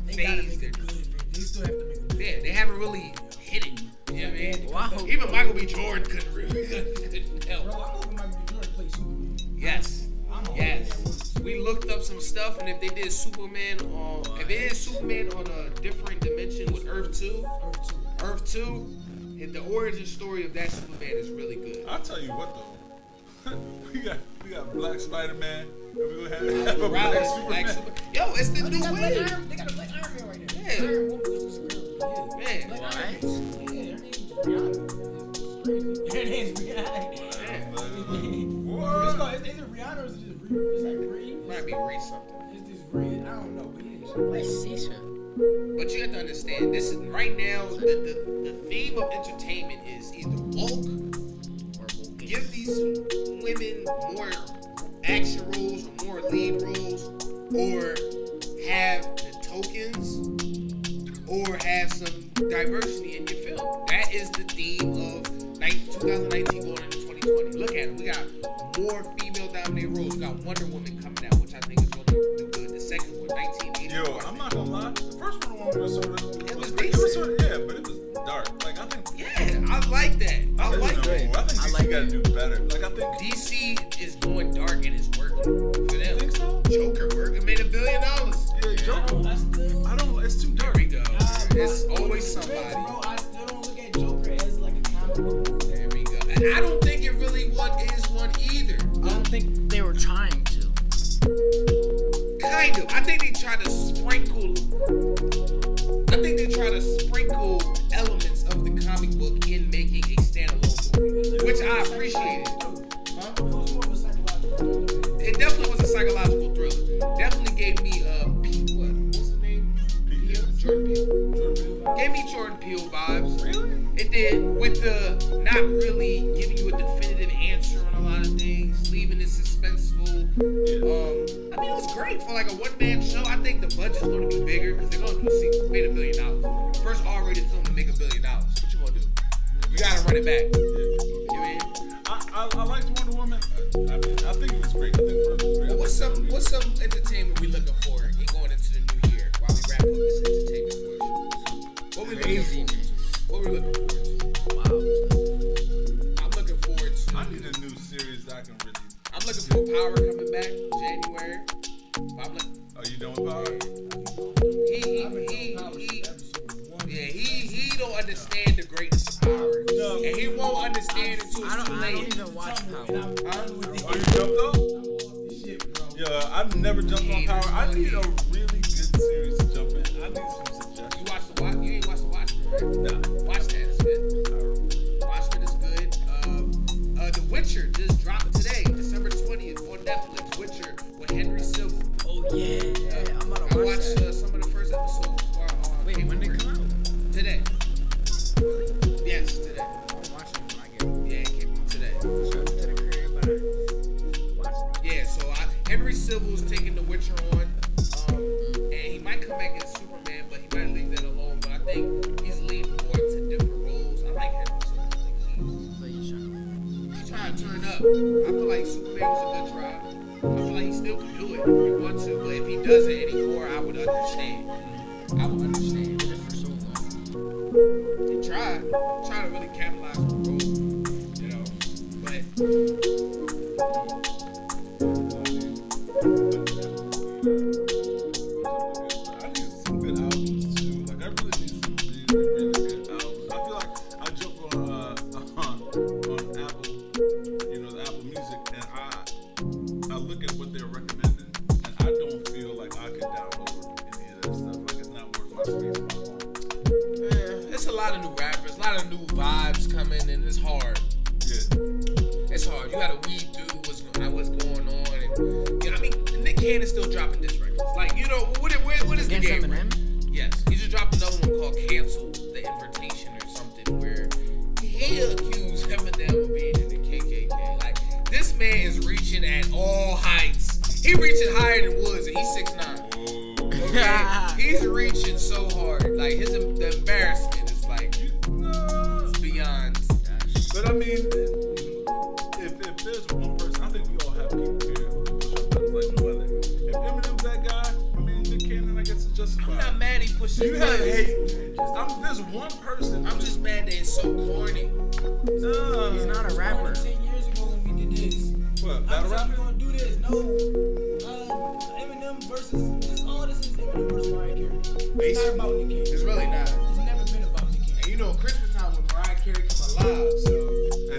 Speaker 6: They gotta
Speaker 1: phase.
Speaker 6: make it
Speaker 1: They're,
Speaker 6: good. man. They still have to make it good.
Speaker 1: yeah, they haven't really hit it. You know what I mean?
Speaker 3: Well, I hope-
Speaker 1: Even Michael B. Jordan couldn't really couldn't
Speaker 6: Bro,
Speaker 1: help.
Speaker 6: I'm hoping Michael B. Jordan plays Superman.
Speaker 1: Yes,
Speaker 6: I'm hoping that works.
Speaker 1: yes. We looked up some stuff, and if they did Superman on, if they did Superman on a different dimension with Earth Two, Earth Two, and the origin story of that Superman is really good.
Speaker 2: I'll tell you what though. we got we got Black Spider Man and we're gonna have, have a
Speaker 1: Rob
Speaker 2: Black
Speaker 1: is like
Speaker 2: Superman.
Speaker 1: Super- Yo, it's the
Speaker 6: They
Speaker 1: new
Speaker 6: gotta play
Speaker 1: wave.
Speaker 6: Iron- they gotta play Iron Man right now.
Speaker 1: Yeah.
Speaker 6: Iron Woman was just real.
Speaker 1: Man,
Speaker 6: Black
Speaker 1: what?
Speaker 6: Iron Man. Yeah, her name's Rihanna. Her name's Rihanna.
Speaker 1: Yeah,
Speaker 6: It's
Speaker 2: What?
Speaker 6: called, is, is it Rihanna or is it just Riri? It's like Riri.
Speaker 1: might be race something.
Speaker 6: It's just Riri. I don't know, but yeah, she black.
Speaker 3: That's Sisha.
Speaker 1: But you have to understand, this is right now the, the, the theme of entertainment is either woke,
Speaker 3: Or Vulcan.
Speaker 1: give these women more action roles or more lead roles, or have the tokens, or have some diversity in your film. That is the theme of like 2019 going into 2020. Look at it. We got more female dominated roles. We got Wonder Woman coming out, which I think is going to do good. The second one, 1984.
Speaker 2: Yo, I'm not gonna lie. The first one was sort of
Speaker 1: It was
Speaker 2: it was
Speaker 1: decent.
Speaker 2: sort of yeah, but it was dark. Like I think
Speaker 1: Yeah, I like that. I like
Speaker 2: no,
Speaker 1: that.
Speaker 2: I think
Speaker 3: I
Speaker 2: DC
Speaker 3: like
Speaker 2: gotta do
Speaker 3: it.
Speaker 2: better. Like I think
Speaker 1: DC is going dark and it's working for
Speaker 2: you
Speaker 1: them.
Speaker 2: think so?
Speaker 1: Joker worked and made a billion dollars.
Speaker 2: Yeah,
Speaker 6: I
Speaker 2: Joker.
Speaker 6: don't- I still-
Speaker 2: I don't. It's too
Speaker 1: There
Speaker 2: dark.
Speaker 1: we go.
Speaker 6: I-
Speaker 1: It's
Speaker 6: I-
Speaker 1: always
Speaker 6: Bro,
Speaker 1: somebody.
Speaker 6: I still don't look at Joker as like a comic book movie.
Speaker 1: There we go. And I don't think it really one is one either.
Speaker 3: I don't think they were trying to.
Speaker 1: Kind of. I think they try to sprinkle. I think they try to sprinkle elements of the comic book in making a standalone movie, which I appreciated.
Speaker 6: Huh? It was more of a psychological thriller.
Speaker 1: It definitely was a psychological thriller. Definitely gave me uh, Pete, what? What's his name?
Speaker 2: Pete
Speaker 1: Peele?
Speaker 2: Davidson.
Speaker 1: Jordan Peele. Gave me Jordan Peele vibes.
Speaker 2: Really?
Speaker 1: It did with the not really giving you a definitive answer on a lot of things, leaving it suspenseful. Um, I mean, it was great for like a one-man show. I think the budget's going to be bigger because they're going to see made a billion dollars. First R-rated film to make a billion dollars. What you going to do? You got to run it back. You know what I mean?
Speaker 2: I, I, I liked Wonder Woman. I, I, mean, I think it was great. I think the first one was great.
Speaker 1: Well, what's some what's some entertainment we looking for in going into the new year while we wrap up this entertainment portion? What we looking
Speaker 3: Crazy.
Speaker 1: forward to? What we looking forward to?
Speaker 3: Wow.
Speaker 1: I'm looking forward to
Speaker 2: I need a new series that I can really.
Speaker 1: I'm looking for Power coming back January. I'm looking
Speaker 2: Are you done with Power?
Speaker 1: he he he, he yeah he he don't understand the greatness of Power
Speaker 2: No.
Speaker 1: and he won't understand it until
Speaker 3: I
Speaker 1: it's
Speaker 3: don't,
Speaker 1: too
Speaker 3: I don't
Speaker 1: late.
Speaker 3: even watch Power.
Speaker 6: I'm done with
Speaker 2: Are you
Speaker 6: it.
Speaker 2: done though?
Speaker 6: I'm off this shit, bro.
Speaker 2: Yeah, I've never jumped on Power. I need a really good series to jump in. I need some
Speaker 1: You
Speaker 2: suggestions.
Speaker 1: watched the watch? You ain't watched the Watchmen, right?
Speaker 2: Nah.
Speaker 1: Watch that. It's good. Watchmen is good. Uh, uh, the Witcher just dropped today, December 20th on Netflix. Witcher with Henry Cavill.
Speaker 3: Oh yeah, I'm about
Speaker 1: I
Speaker 3: to watch
Speaker 1: watched
Speaker 3: that.
Speaker 1: uh, some of the first episode before I uh,
Speaker 3: Wait,
Speaker 1: came
Speaker 3: when did
Speaker 1: over
Speaker 3: it come
Speaker 1: here.
Speaker 3: out?
Speaker 1: Today. Yes, today.
Speaker 3: I'm watching it when I get home.
Speaker 1: Yeah, it came out today.
Speaker 3: Shout out to the crib, but I watch it.
Speaker 1: Yeah, so I, Henry Civille's taking The Witcher on, um, and he might come back as Superman, but he might leave that alone. But I think he's leaning more to different roles. I like Henry Cavill. Like,
Speaker 3: So you shut
Speaker 1: he, he's trying to turn up. I feel like Superman was a good try. I feel like he still can do it if he wants to, but if he doesn't anymore, I would understand. I would understand.
Speaker 3: up. For so long.
Speaker 1: They try, try to really capitalize on the role, you know. But
Speaker 2: I need some good albums too. Like I really need some really, really good albums. I feel like I jump on uh, on Apple, you know, the Apple Music, and uh, I I look at what they're recommending, and I don't feel like I can download any of that stuff. Like it's not worth my space. on my phone.
Speaker 1: yeah, it's a lot of new rappers, a lot of new vibes coming, and it's hard.
Speaker 2: Yeah.
Speaker 1: It's hard. You gotta weed through what's go- what's going on. And, you know, I mean, Nick Cannon's still dropping diss records. Like, you know, what, what, what is the
Speaker 3: Against
Speaker 1: game?
Speaker 3: Eminem?
Speaker 1: Yes, he just dropped another one called "Cancel the Invitation" or something, where he accused Eminem of being in the KKK. Like, this man is reaching at all heights. He reaching higher than Woods, and he's six nine.
Speaker 2: Oh.
Speaker 1: Okay? he's reaching so hard. Like his em- the embarrassment is like
Speaker 2: No.
Speaker 1: beyond.
Speaker 2: But I mean, if, if there's one person, I think we all have people here who push our buttons like no other. If Eminem's that guy, I mean, Nick Cannon, I guess, is justified.
Speaker 1: I'm not mad he pushed
Speaker 2: You
Speaker 1: his
Speaker 2: have
Speaker 1: buttons.
Speaker 2: hate. I'm, there's one person.
Speaker 1: I'm just mad that it's so corny.
Speaker 2: Nah.
Speaker 3: He's not a rapper.
Speaker 6: Ten years ago when we did this,
Speaker 2: What,
Speaker 6: I
Speaker 2: battle
Speaker 6: was like, we
Speaker 2: rapping?
Speaker 6: gonna do this. No, uh, Eminem versus this. All this is Eminem versus Mariah Carey. It's not
Speaker 1: Basically.
Speaker 6: about Nicki.
Speaker 1: It's really not.
Speaker 6: It's never been about Nicki.
Speaker 1: And you know, Christmas time when Mariah Carey come alive, so. You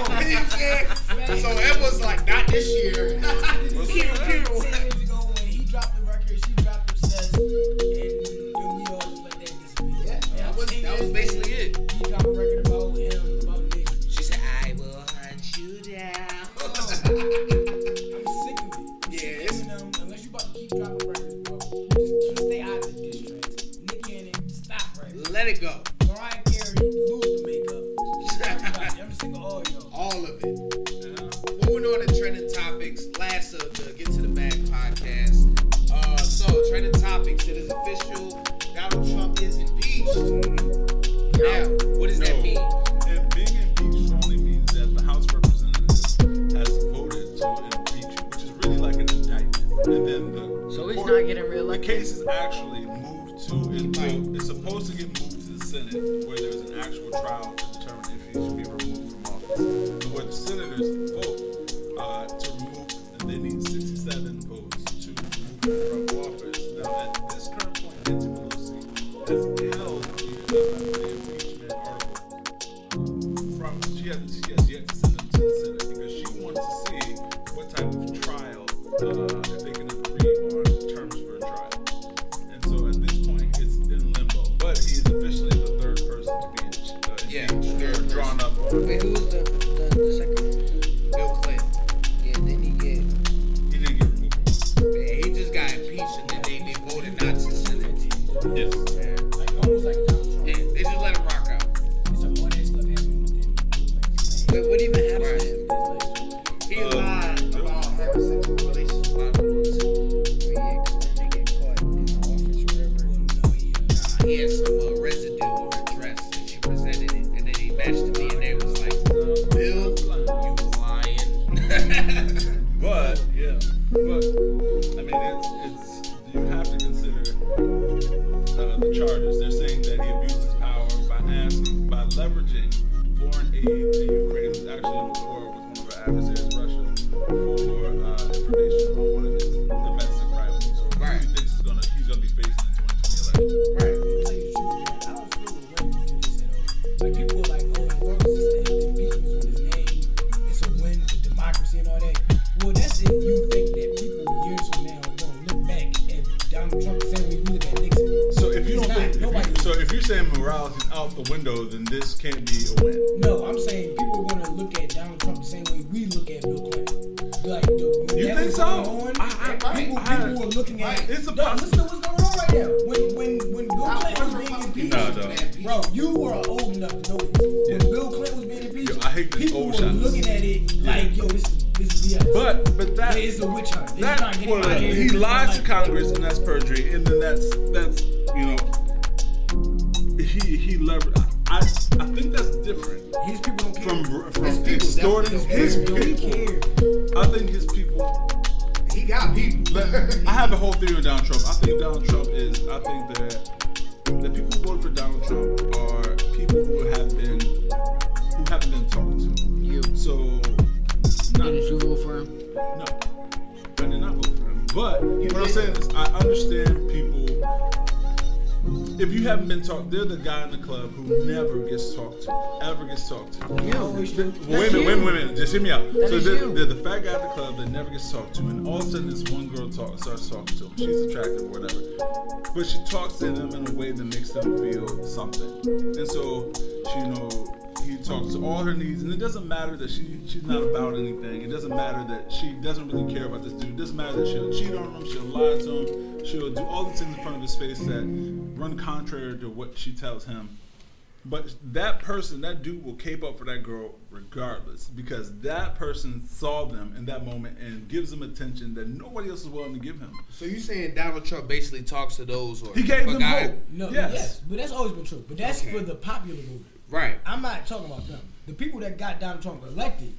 Speaker 1: know what I'm saying? So it was like, not this year.
Speaker 6: Ten years ago when he dropped the record, she dropped Obsessed, and then we all just let that disappear.
Speaker 1: Yeah, that was, that was basically it.
Speaker 6: He dropped a record about him, about Nicki.
Speaker 1: She said, I will hunt you down.
Speaker 6: I'm sick of it. I'm
Speaker 1: Yeah,
Speaker 6: sick of
Speaker 1: it's-
Speaker 6: Eminem, unless you about to keep dropping records, bro, just keep- stay out of the diss tracks. Nicki and it, stop right now.
Speaker 1: Let it go.
Speaker 6: Mariah Carey, lose the makeup. I'm sick of all y'all.
Speaker 1: All of it. Moving on to trending topics, last of the Get to the Bag podcast. Uh, so, trending topics, it is official. Donald Trump is impeached. Now, what does that mean?
Speaker 2: And being impeached only means that the House of Representatives has voted to impeach you, which is really like an indictment. And then the
Speaker 3: So he's
Speaker 2: court-
Speaker 3: not getting
Speaker 2: The
Speaker 3: reelected.
Speaker 2: case is actually moved to it's, it's supposed to get moved to the Senate, where there's an actual trial to determine if he should be removed from office. But what the senators vote uh, to remove, and they need 67 votes to remove him from office. Now, at this current point, Nancy Pelosi has held the, uh, the impeachment article from she has she has yet to send them to the Senate because she wants to see what type of trial uh, if they can agree on terms for a trial. And so at this point, it's in limbo. But he is officially the third person to be uh,
Speaker 1: Yeah,
Speaker 2: impeached or
Speaker 1: third
Speaker 2: drawn up on.
Speaker 3: Wait, who was the, the, the second?
Speaker 1: Bill Clinton.
Speaker 3: Yeah, then he get.
Speaker 2: He didn't get removed.
Speaker 1: Man, he just got impeached and then they, they voted not to send it.
Speaker 2: Yes.
Speaker 1: Yeah.
Speaker 6: Like, almost like Donald Trump.
Speaker 1: Yeah, they just let him rock out.
Speaker 6: It's like all that stuff happened, but then you like, it's
Speaker 3: Wait, what even happened to him?
Speaker 6: like-
Speaker 1: He
Speaker 2: Uh,
Speaker 1: lied about having sexual relations with Bill
Speaker 3: Wait, yeah, 'cause then they get caught in the office or whatever.
Speaker 6: well, no, yeah.
Speaker 1: Clinton. He had some uh, residue on her dress and she presented it and then he matched it me and they was like,
Speaker 2: Uh,
Speaker 1: Bill, you lying.
Speaker 2: But yeah, but I mean, it's it's you have to consider uh, the charges. They're saying that he abused his power by asking by leveraging foreign aid to Ukraine. He's actually in a war with one of our adversaries, Russia, for uh, information on one of his domestic rivals. Or
Speaker 1: Right.
Speaker 2: Who he thinks is gonna he's gonna be facing in 2020 election.
Speaker 1: right.
Speaker 6: I'll tell you the truth, man. I don't feel a win for this at all. Like people are like, oh, as long as this impeachment on his name, it's a win for democracy and all that. Well, that's if you think that people years from now are gonna look back at Donald Trump the same way we look at Nixon.
Speaker 2: So if you
Speaker 6: He's
Speaker 2: don't
Speaker 6: not.
Speaker 2: think,
Speaker 6: Nobody-
Speaker 2: so if you're saying morality is out the window, then this can't be a win.
Speaker 6: No, I'm saying people are gonna look at Donald Trump the same way we look at Bill Clinton. Like, the, when
Speaker 2: You
Speaker 6: that
Speaker 2: think
Speaker 6: was
Speaker 2: so?
Speaker 6: going
Speaker 2: I-
Speaker 6: On,
Speaker 2: I-
Speaker 6: people, people
Speaker 2: I-
Speaker 6: were looking at.
Speaker 1: Right.
Speaker 2: It's a
Speaker 6: no, listen to what's going on right now. When when when Bill Clinton was being impeached,
Speaker 2: No, no.
Speaker 6: Bro, you were old enough to know this. When Bill Clinton was being impeached,
Speaker 2: Yo, I hate the
Speaker 6: people
Speaker 2: old
Speaker 6: were
Speaker 2: shots.
Speaker 6: looking at it like, yo, this is this is BS.
Speaker 2: But but that
Speaker 6: Yeah, it's a witch hunt. They trying
Speaker 2: that
Speaker 6: to get
Speaker 2: well,
Speaker 6: him out of here.
Speaker 2: he lies to
Speaker 6: Like,
Speaker 2: Congress and that's perjury, and then that's that's you know he he lever- I I think that's different
Speaker 6: His people don't care.
Speaker 2: from from
Speaker 1: His people
Speaker 2: extorting
Speaker 1: definitely
Speaker 2: his
Speaker 6: don't
Speaker 2: people.
Speaker 6: care.
Speaker 2: I think his people.
Speaker 1: He got people.
Speaker 2: I have a whole theory on Donald Trump. I think Donald Trump is. I think that the people who voted for Donald Trump are people who have been who haven't been talked to.
Speaker 3: You.
Speaker 2: So not
Speaker 3: Did you vote for him?
Speaker 2: No, I did not vote for him. But what I'm saying is, I understand people. If you haven't been talked, they're the guy in the club who never gets talked to, ever gets talked to.
Speaker 6: You always do.
Speaker 2: Well, wait a minute, wait a minute, wait a minute. Just hear me out. so
Speaker 3: is
Speaker 2: they're,
Speaker 3: you.
Speaker 2: they're the fat guy at the club that never gets talked to, and all of a sudden this one girl talk, starts talking to him. She's attractive or whatever, but she talks to them in a way that makes them feel something. And so, she, you know, he talks to all her needs, and it doesn't matter that she she's not about anything. It doesn't matter that she doesn't really care about this dude. It doesn't matter that she'll cheat on him, she'll lie to him, she'll do all these things in front of his face that run contrary to what she tells him. But that person, that dude will cape up for that girl regardless because that person saw them in that moment and gives them attention that nobody else is willing to give him.
Speaker 1: So you saying Donald Trump basically talks to those who are
Speaker 2: He gave them
Speaker 1: forgotten?
Speaker 2: hope.
Speaker 6: No,
Speaker 2: yes.
Speaker 6: yes. but that's always been true. But that's for the popular voter.
Speaker 1: Right.
Speaker 6: I'm not talking about them. The people that got Donald Trump elected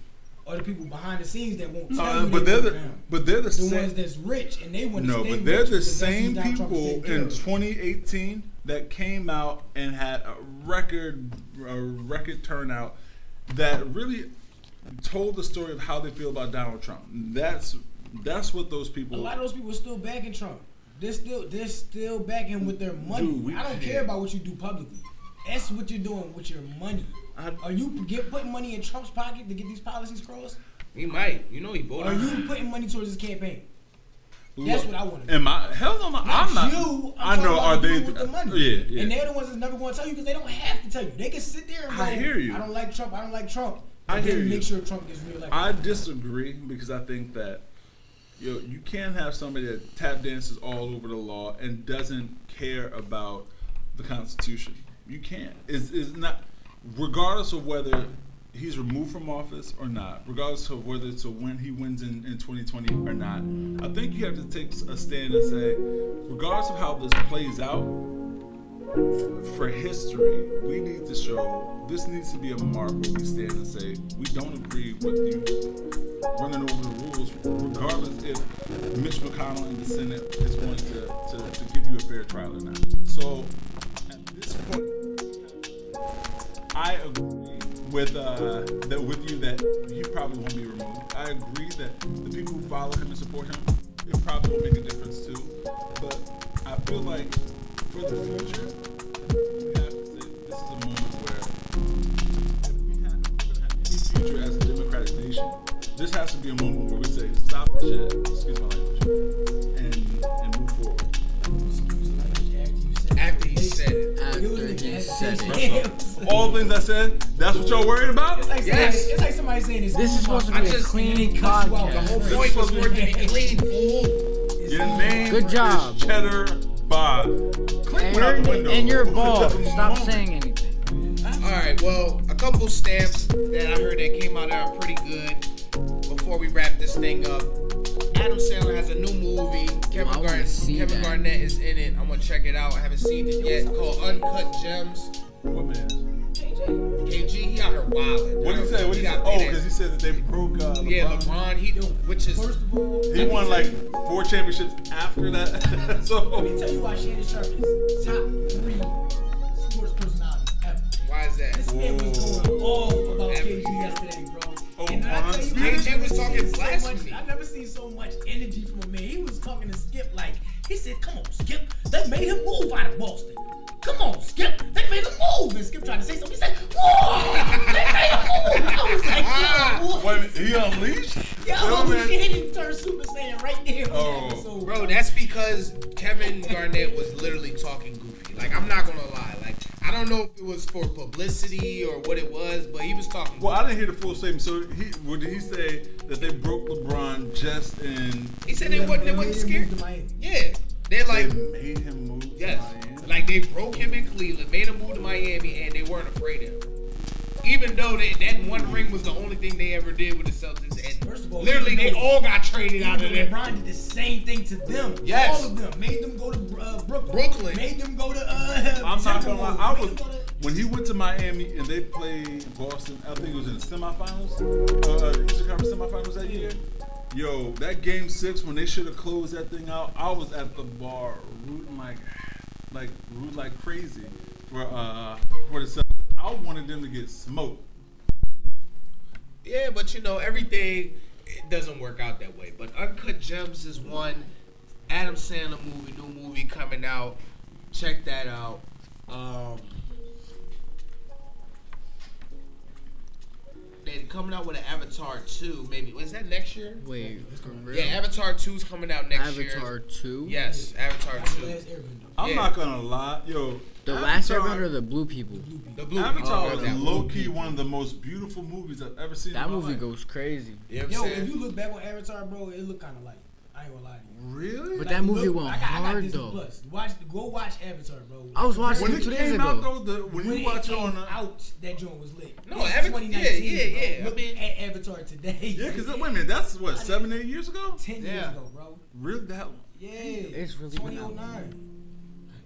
Speaker 6: are the people behind the scenes that won't tell
Speaker 2: Uh,
Speaker 6: you.
Speaker 2: but
Speaker 6: they
Speaker 2: they're
Speaker 6: broke
Speaker 2: the
Speaker 6: down.
Speaker 2: but they're the
Speaker 6: the ones
Speaker 2: same.
Speaker 6: that's rich and they want to
Speaker 2: No,
Speaker 6: stay
Speaker 2: but they're
Speaker 6: rich
Speaker 2: the
Speaker 6: because that's
Speaker 2: same
Speaker 6: who Donald Trump
Speaker 2: people
Speaker 6: take care
Speaker 2: in
Speaker 6: of.
Speaker 2: 2018 that came out and had a record a record turnout that really told the story of how they feel about Donald Trump. That's that's what those
Speaker 6: A
Speaker 2: people.
Speaker 6: lot of those people are still backing Trump. They're still they're still backing with their money.
Speaker 2: Dude, we
Speaker 6: I don't
Speaker 2: can't.
Speaker 6: care about what you do publicly. That's what you're doing with your money.
Speaker 2: I-
Speaker 6: are you get putting money in Trump's pocket to get these policies crossed?
Speaker 1: He might. You know he
Speaker 6: Or are
Speaker 1: voted.
Speaker 6: you putting money towards his campaign? That's
Speaker 2: Look,
Speaker 6: what I wanna
Speaker 2: Am I? Hell no, I'm not.
Speaker 6: Not
Speaker 2: I'm not
Speaker 6: you. I'm
Speaker 2: I
Speaker 6: talking
Speaker 2: know.
Speaker 6: about
Speaker 2: Are
Speaker 6: the
Speaker 2: they?
Speaker 6: people with the money?
Speaker 2: Yeah, yeah.
Speaker 6: And they're the ones that's never going to tell you because they don't have to tell you. They can sit there and
Speaker 2: I
Speaker 6: go,
Speaker 2: hear you.
Speaker 6: I don't like Trump. I don't like Trump.
Speaker 2: I
Speaker 6: But
Speaker 2: hear
Speaker 6: then
Speaker 2: you.
Speaker 6: Make sure Trump gets real. Like,
Speaker 2: I disagree because I think that you know, you can't have somebody that tap dances all over the law and doesn't care about the Constitution. You can't. It's, it's not regardless of whether he's removed from office or not, regardless of whether it's a win he wins in, in 2020 or not. I think you have to take a stand and say, regardless of how this plays out, for history, we need to show this needs to be a mark where we stand and say we don't agree with you running over the rules, regardless if Mitch McConnell in the Senate is going to, to, to give you a fair trial or not. So at this point, I agree with uh, that with you that he probably won't be removed. I agree that the people who follow him and support him, it probably will make a difference too. But I feel like for the future, we have to, this is a moment where if we have, if we're gonna have any future as a democratic nation, this has to be a moment where we say stop the shit, excuse my language, and and move forward.
Speaker 1: After he said it.
Speaker 3: After he said it.
Speaker 2: All the things I said, that's what y'all worried about.
Speaker 6: It's like,
Speaker 1: Yes.
Speaker 6: somebody, it's like somebody saying it's
Speaker 3: This is supposed to
Speaker 1: I
Speaker 3: be a
Speaker 1: just-
Speaker 3: clean
Speaker 6: This is why the
Speaker 1: The
Speaker 3: podcast.
Speaker 1: whole point was for it to be clean, fool.
Speaker 2: Your name
Speaker 3: Good job.
Speaker 2: is Cheddar Bob. Click
Speaker 3: And,
Speaker 2: one out the window.
Speaker 3: and you're bald.
Speaker 2: Just a
Speaker 3: Stop
Speaker 2: moment.
Speaker 3: saying anything.
Speaker 1: All right, well, a couple stamps that I heard that came out that are pretty good. Before we wrap this thing up, Adam Sandler has a new movie. Kevin,
Speaker 3: I wanna
Speaker 1: Gar-
Speaker 3: see
Speaker 1: Kevin
Speaker 3: that.
Speaker 1: Garnett is in it. I'm gonna check it out. I haven't seen it yet. Called Uncut Gems.
Speaker 2: What man?
Speaker 1: KG, he out here wilding.
Speaker 2: What did he say? What did he say? Oh, because he said that they broke uh, LeBron.
Speaker 1: yeah, LeBron. He which is
Speaker 6: First of all,
Speaker 2: He won like four championships after that.
Speaker 6: Let me
Speaker 2: so
Speaker 6: tell you why Shannon Sharp is top three sports personalities ever.
Speaker 1: why is that?
Speaker 6: This man was going off about KG yesterday, bro.
Speaker 2: Oh,
Speaker 6: and I tell you,
Speaker 2: honestly?
Speaker 6: I never
Speaker 1: KG was
Speaker 6: seen
Speaker 1: talking
Speaker 6: so
Speaker 1: blasphemy.
Speaker 6: much- I never seen so much energy from a man. He was talking to Skip like he said, "Come on, Skip. They made him move out of Boston. Come on, Skip. They made him move." And Skip tried to say something. He said, "Whoa! they made him move." I was
Speaker 1: Ah,
Speaker 6: like, "Yo,
Speaker 2: wait, a
Speaker 6: what?
Speaker 2: minute, he unleashed. Yo,
Speaker 6: Yo, he didn't turn Super Saiyan right there on
Speaker 2: Oh.
Speaker 6: the episode."
Speaker 1: Bro, that's because Kevin Garnett was literally talking goofy. Like, I'm not gonna lie. Like, I don't know if it was for publicity or what it was, but he was talking.
Speaker 2: Well, I didn't hear the full statement. So he, what did he say that they broke LeBron just in?
Speaker 1: goofy. He said they wasn't. They wasn't scared. Yeah, they're
Speaker 2: They
Speaker 1: like,
Speaker 2: made him move. to
Speaker 1: yes,
Speaker 2: Miami?
Speaker 1: like they broke him in Cleveland, made him move to Miami, and they weren't afraid of him. Even though they, that one ring was the only thing they ever did with the Celtics, and
Speaker 6: First of all,
Speaker 1: literally they
Speaker 6: even though-
Speaker 1: all got traded out of there.
Speaker 6: LeBron did the same thing to them.
Speaker 1: Yes.
Speaker 6: All of them. Made them go to uh, Brooklyn.
Speaker 1: Brooklyn.
Speaker 6: Made them go to. Uh,
Speaker 2: I'm not gonna lie. I
Speaker 6: Timberwolves.
Speaker 2: was
Speaker 6: Made them go to-
Speaker 2: when he went to Miami and they played Boston. I think it was in the semifinals, uh, Eastern Conference semifinals that year. Yo, that game six when they should have closed that thing out. I was at the bar rooting like, like rooting like crazy for uh for the Celtics. I wanted them to get smoked.
Speaker 1: Yeah, but you know, everything it doesn't work out that way. But Uncut Gems is one Adam Sandler movie, new movie coming out. Check that out. Um They're coming out with an Avatar 2, maybe. Was that next year?
Speaker 3: Wait, for real?
Speaker 1: Yeah, Avatar 2 is coming out next year.
Speaker 3: Avatar 2?
Speaker 1: Yes, Avatar 2.
Speaker 6: Last Airbender.
Speaker 2: I'm
Speaker 1: Yeah.
Speaker 2: not gonna lie, yo.
Speaker 3: The last
Speaker 2: Avatar-
Speaker 3: Airbender or the blue people?
Speaker 1: The blue
Speaker 2: Avatar
Speaker 1: Oh,
Speaker 2: is
Speaker 1: that
Speaker 2: low
Speaker 1: one.
Speaker 2: key one of the most beautiful movies I've ever seen.
Speaker 3: That
Speaker 2: in my
Speaker 3: movie
Speaker 2: life.
Speaker 3: goes crazy.
Speaker 1: You know what I'm
Speaker 6: Yo,
Speaker 1: saying?
Speaker 6: if you look back on Avatar, bro, it looked kind of like. I ain't gonna lie to you.
Speaker 2: Really?
Speaker 3: But
Speaker 6: Like,
Speaker 3: that movie
Speaker 6: look-
Speaker 3: went
Speaker 6: I got, I got
Speaker 3: hard,
Speaker 6: Disney
Speaker 3: though.
Speaker 6: Plus. Watch, go watch Avatar, bro.
Speaker 3: I was watching
Speaker 2: when
Speaker 3: it
Speaker 2: it
Speaker 3: two days
Speaker 2: came
Speaker 3: ago.
Speaker 2: out though, the, when,
Speaker 6: When
Speaker 2: you
Speaker 6: it
Speaker 2: watch it
Speaker 6: came
Speaker 2: on, a,
Speaker 6: out, that joint was lit.
Speaker 1: uh, No,
Speaker 6: This is
Speaker 1: Avatar-
Speaker 6: 2019,
Speaker 1: yeah, yeah,
Speaker 6: bro.
Speaker 1: yeah.
Speaker 6: Look
Speaker 1: I mean-
Speaker 6: at Avatar today.
Speaker 2: yeah, because wait a minute, that's what seven, eight years ago.
Speaker 6: ten years
Speaker 1: Yeah.
Speaker 6: ago, bro.
Speaker 2: Really, that
Speaker 6: Yeah,
Speaker 3: It's really been out.
Speaker 6: 2009.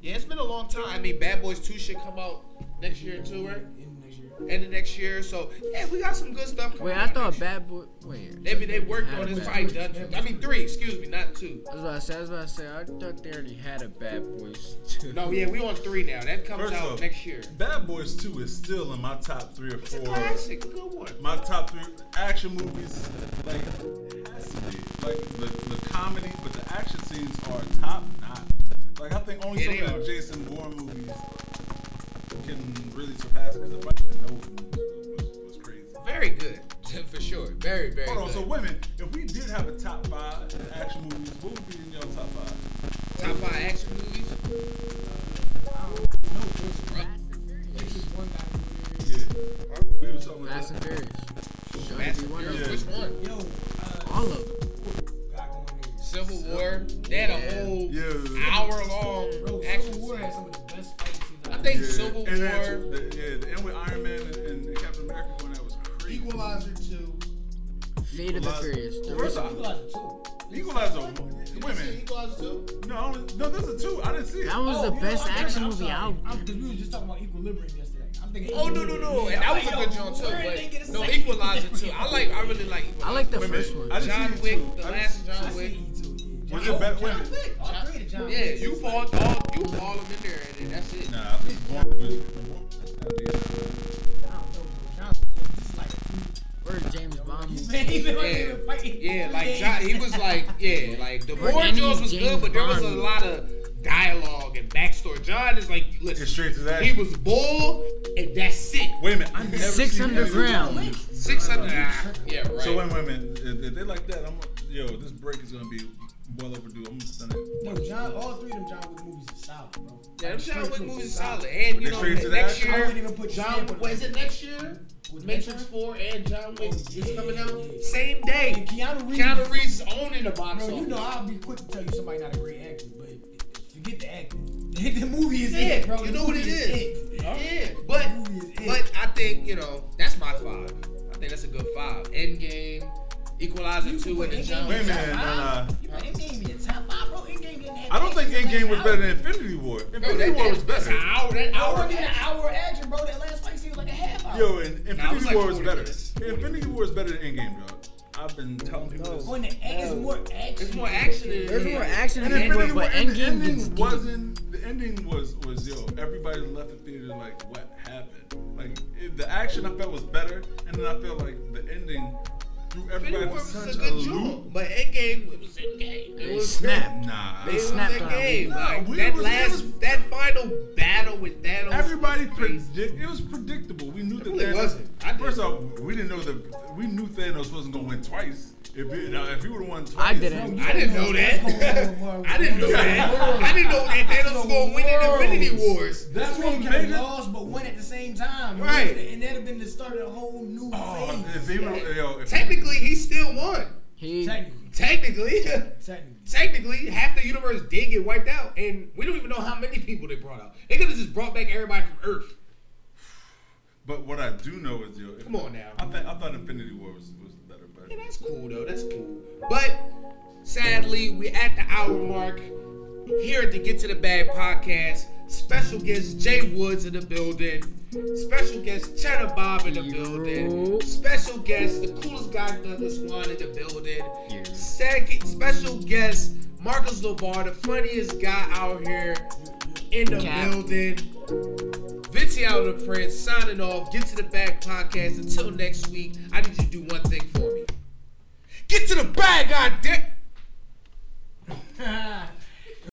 Speaker 1: Yeah, it's been a long time. I mean, Bad Boys 2 should come out next year, too, right?
Speaker 6: In next year.
Speaker 1: end of next year. So yeah, we got some good stuff coming.
Speaker 3: Wait, I
Speaker 1: out
Speaker 3: thought
Speaker 1: next year.
Speaker 3: Bad Boy. Wait.
Speaker 1: They they worked
Speaker 3: Bad
Speaker 1: on this
Speaker 3: Boy-
Speaker 1: probably done. two- I mean three, excuse me, not two.
Speaker 3: That's what I said. That's what I said. I thought they already had a Bad Boys too.
Speaker 1: No, yeah, we on three now. That comes
Speaker 2: First
Speaker 1: out
Speaker 2: off,
Speaker 1: next year.
Speaker 2: Bad Boys 2 is still in my top three or
Speaker 1: It's a
Speaker 2: four.
Speaker 1: classic, a good one.
Speaker 2: My top three action movies, like, it has to be. Like, the, the comedy, but the action scenes are top notch. Like, I think only
Speaker 1: Yeah,
Speaker 2: some
Speaker 1: they
Speaker 2: of
Speaker 1: are.
Speaker 2: the Jason Bourne movies can really surpass it. 'cause the fight in those movies was, was crazy.
Speaker 1: Very good, for sure. Very very
Speaker 2: Hold on,
Speaker 1: good.
Speaker 2: so women, if we did have a top five in action movies, what would be in your top five?
Speaker 1: Top five action movies.
Speaker 2: Yeah. We were talking about
Speaker 3: Fast and
Speaker 2: that.
Speaker 3: Furious.
Speaker 1: Fast
Speaker 3: Should
Speaker 1: and
Speaker 3: be one of
Speaker 1: Furious.
Speaker 2: Yeah.
Speaker 3: them.
Speaker 1: Which one?
Speaker 6: Yo, uh,
Speaker 3: All of them.
Speaker 6: God going in.
Speaker 1: Civil War. They had a whole
Speaker 2: Yeah.
Speaker 1: hour long
Speaker 6: Bro,
Speaker 1: action.
Speaker 6: Civil War had some of the best fight scenes
Speaker 1: I
Speaker 6: I've
Speaker 1: think
Speaker 2: Yeah.
Speaker 1: Civil
Speaker 2: And then
Speaker 1: War,
Speaker 2: the, yeah, the end with Iron Man and, and Captain America one that was crazy.
Speaker 1: Equalizer two.
Speaker 3: Fate of the
Speaker 2: Equalizer.
Speaker 3: Furious. The
Speaker 2: First
Speaker 3: reason-
Speaker 2: off,
Speaker 6: Equalizer too.
Speaker 2: Equalizer. Women.
Speaker 1: Equalizer two.
Speaker 2: No, I only- no, there's a two. I didn't see it.
Speaker 3: That was
Speaker 6: Oh,
Speaker 3: the
Speaker 6: you know,
Speaker 3: best
Speaker 6: I'm sorry,
Speaker 3: action
Speaker 6: I'm
Speaker 3: movie
Speaker 6: sorry.
Speaker 3: out.
Speaker 6: I'm- 'cause we were just talking about Equilibrium yesterday. I'm thinking.
Speaker 1: Oh no no no!
Speaker 6: Equilibrium.
Speaker 1: And that
Speaker 6: I'm
Speaker 1: was a
Speaker 6: like,
Speaker 1: good
Speaker 6: yo,
Speaker 1: joint too.
Speaker 6: where did they get
Speaker 1: But
Speaker 6: a
Speaker 1: no,
Speaker 6: second
Speaker 1: Equalizer
Speaker 6: one?
Speaker 1: too. I like. I really like. Equalizer.
Speaker 3: I like the
Speaker 2: Wait a
Speaker 3: first
Speaker 2: minute.
Speaker 3: one.
Speaker 2: I just-
Speaker 1: John
Speaker 2: seen
Speaker 1: Wick,
Speaker 2: two.
Speaker 1: the
Speaker 2: I
Speaker 1: last
Speaker 2: just-
Speaker 1: John
Speaker 6: I
Speaker 1: Wick.
Speaker 6: see you too, yeah.
Speaker 2: Was
Speaker 6: John-
Speaker 2: it better? Wait a
Speaker 6: John
Speaker 2: minute.
Speaker 6: Wick. All three of John
Speaker 1: Yeah,
Speaker 6: Wicks.
Speaker 1: you ball all you ball them in there, and then that's it.
Speaker 2: Nah, I think Bourne was.
Speaker 6: I don't know, bro. John Wick is like-
Speaker 3: Or the James Bond movie.
Speaker 6: Man, he been like, he
Speaker 1: Yeah,
Speaker 6: been fighting.
Speaker 1: yeah, like
Speaker 6: Yeah.
Speaker 1: John, he was like, yeah, like the
Speaker 3: Or
Speaker 1: Bourne
Speaker 3: any
Speaker 1: Jaws was
Speaker 3: James
Speaker 1: good, but there was a
Speaker 3: Bond
Speaker 1: lot of dialogue and backstory. John is like, listen,
Speaker 2: It's straight to that.
Speaker 1: He was bull, and that's it.
Speaker 2: Wait a minute. I never
Speaker 3: Six
Speaker 2: seen that.
Speaker 3: Underground.
Speaker 1: Six hundred. Ah, yeah, right.
Speaker 2: So wait, wait a minute. If, if they like that, I'm gonna- yo. This break is gonna be well overdue. I'm gonna send it.
Speaker 6: Yo, John, all three of them John Wick movies are solid, bro.
Speaker 1: Yeah, them John
Speaker 6: Straight
Speaker 1: Wick
Speaker 6: to
Speaker 1: movies
Speaker 6: the
Speaker 1: are solid, and you know
Speaker 2: Straight to
Speaker 1: next
Speaker 2: that?
Speaker 6: I wouldn't
Speaker 1: year
Speaker 6: even put
Speaker 1: John
Speaker 6: John
Speaker 1: was it next year?
Speaker 6: With
Speaker 1: Matrix
Speaker 6: Matrix?
Speaker 1: Four and John Wick is coming out
Speaker 6: Yeah.
Speaker 1: same day.
Speaker 6: And Keanu Reeves.
Speaker 1: Keanu Reeves is owning the box
Speaker 6: Bro, you
Speaker 1: office.
Speaker 6: know I'll be quick to tell you somebody not a great actor, but forget the acting. the movie is
Speaker 1: Yeah,
Speaker 6: it, bro.
Speaker 1: you
Speaker 6: The
Speaker 1: know what it
Speaker 6: movie
Speaker 1: is.
Speaker 6: it.
Speaker 1: Yeah, but
Speaker 6: The movie is it.
Speaker 1: but I think you know that's my five. I think that's a good five. Endgame, Equalizer two, and the John.
Speaker 2: Wait a
Speaker 1: Wick.
Speaker 2: minute, nah, nah.
Speaker 6: You know, Endgame be the top five, bro. Endgame didn't have
Speaker 2: I don't think
Speaker 6: action.
Speaker 2: Endgame was
Speaker 6: That's
Speaker 2: better
Speaker 6: out.
Speaker 2: than Infinity War.
Speaker 1: Bro,
Speaker 2: Infinity
Speaker 1: that,
Speaker 2: War was
Speaker 1: that, that's an
Speaker 2: better.
Speaker 1: hour. That
Speaker 6: I
Speaker 1: hour.
Speaker 6: work in an
Speaker 1: hour.
Speaker 6: hour action, bro. That last fight scene was like a half hour.
Speaker 2: Yo, and Infinity
Speaker 1: Nah, it was like
Speaker 2: War was
Speaker 1: 40
Speaker 2: better.
Speaker 1: minutes.
Speaker 2: Infinity War is better than Endgame, dog. I've been telling people this.
Speaker 6: When the, it's more action.
Speaker 1: It's more action. than-
Speaker 3: There's more action in
Speaker 2: And
Speaker 3: Endgame,
Speaker 2: Infinity War,
Speaker 3: but
Speaker 2: and the
Speaker 3: Endgame gets
Speaker 2: ending
Speaker 3: deep.
Speaker 2: wasn't. The ending was was yo. Everybody left the theater like, what happened? Like it, the action I felt was better, and then I feel like the ending threw
Speaker 1: Infinity
Speaker 2: everybody
Speaker 1: War
Speaker 2: for
Speaker 1: was
Speaker 2: such
Speaker 1: a
Speaker 2: a
Speaker 1: good
Speaker 2: loop.
Speaker 1: job, but Endgame it was Endgame. It
Speaker 3: They
Speaker 1: was
Speaker 3: snapped.
Speaker 2: Nah.
Speaker 1: They
Speaker 3: They
Speaker 1: snapped
Speaker 3: snapped
Speaker 1: that
Speaker 3: on it.
Speaker 1: game.
Speaker 2: Nah,
Speaker 1: like,
Speaker 2: we
Speaker 1: that
Speaker 2: was- we
Speaker 1: last,
Speaker 2: was-
Speaker 1: that final battle with Thanos.
Speaker 2: Everybody
Speaker 1: was crazy.
Speaker 2: predict it was predictable. We knew that
Speaker 1: really
Speaker 2: Thanos.
Speaker 1: wasn't. I did.
Speaker 2: First off, we didn't know that we knew Thanos wasn't gonna win twice. If it, now, if he would have won twice,
Speaker 3: didn't.
Speaker 6: you
Speaker 1: I didn't know that.
Speaker 6: what's going on, bro.
Speaker 1: I didn't know that. I didn't know that Thanos was gonna win in Infinity Wars.
Speaker 2: That's
Speaker 6: This
Speaker 2: what
Speaker 6: man
Speaker 2: made
Speaker 6: could have
Speaker 2: it.
Speaker 6: lost but won at the same time. bro.
Speaker 1: Right.
Speaker 6: And that'd have been the start of a whole new
Speaker 2: Oh, if
Speaker 6: phase.
Speaker 2: he would, yo, if
Speaker 1: Technically, he still won.
Speaker 3: He
Speaker 6: Technically.
Speaker 1: Technically,
Speaker 6: Technically.
Speaker 1: technically, half the universe did get wiped out, and we don't even know how many people they brought out. They could have just brought back everybody from Earth.
Speaker 2: But what I do know is, yo, if-
Speaker 1: Come on now.
Speaker 2: I, think I thought Infinity War was, was better, but
Speaker 1: Yeah, that's cool though. That's cool. But sadly, we're at the hour mark here at the Get to the Bag podcast. Special guest Jay Woods in the building. Special guest Cheddar Bob in the building. Special guest the coolest guy Douglas One in the building. Second special guest Marcus Lovar, the funniest guy out here in the
Speaker 3: Cap.
Speaker 1: building. Vinci out of the print, signing off. Get to the bag podcast. Until next week, I need you to do one thing for me. Get to the bag, God dick.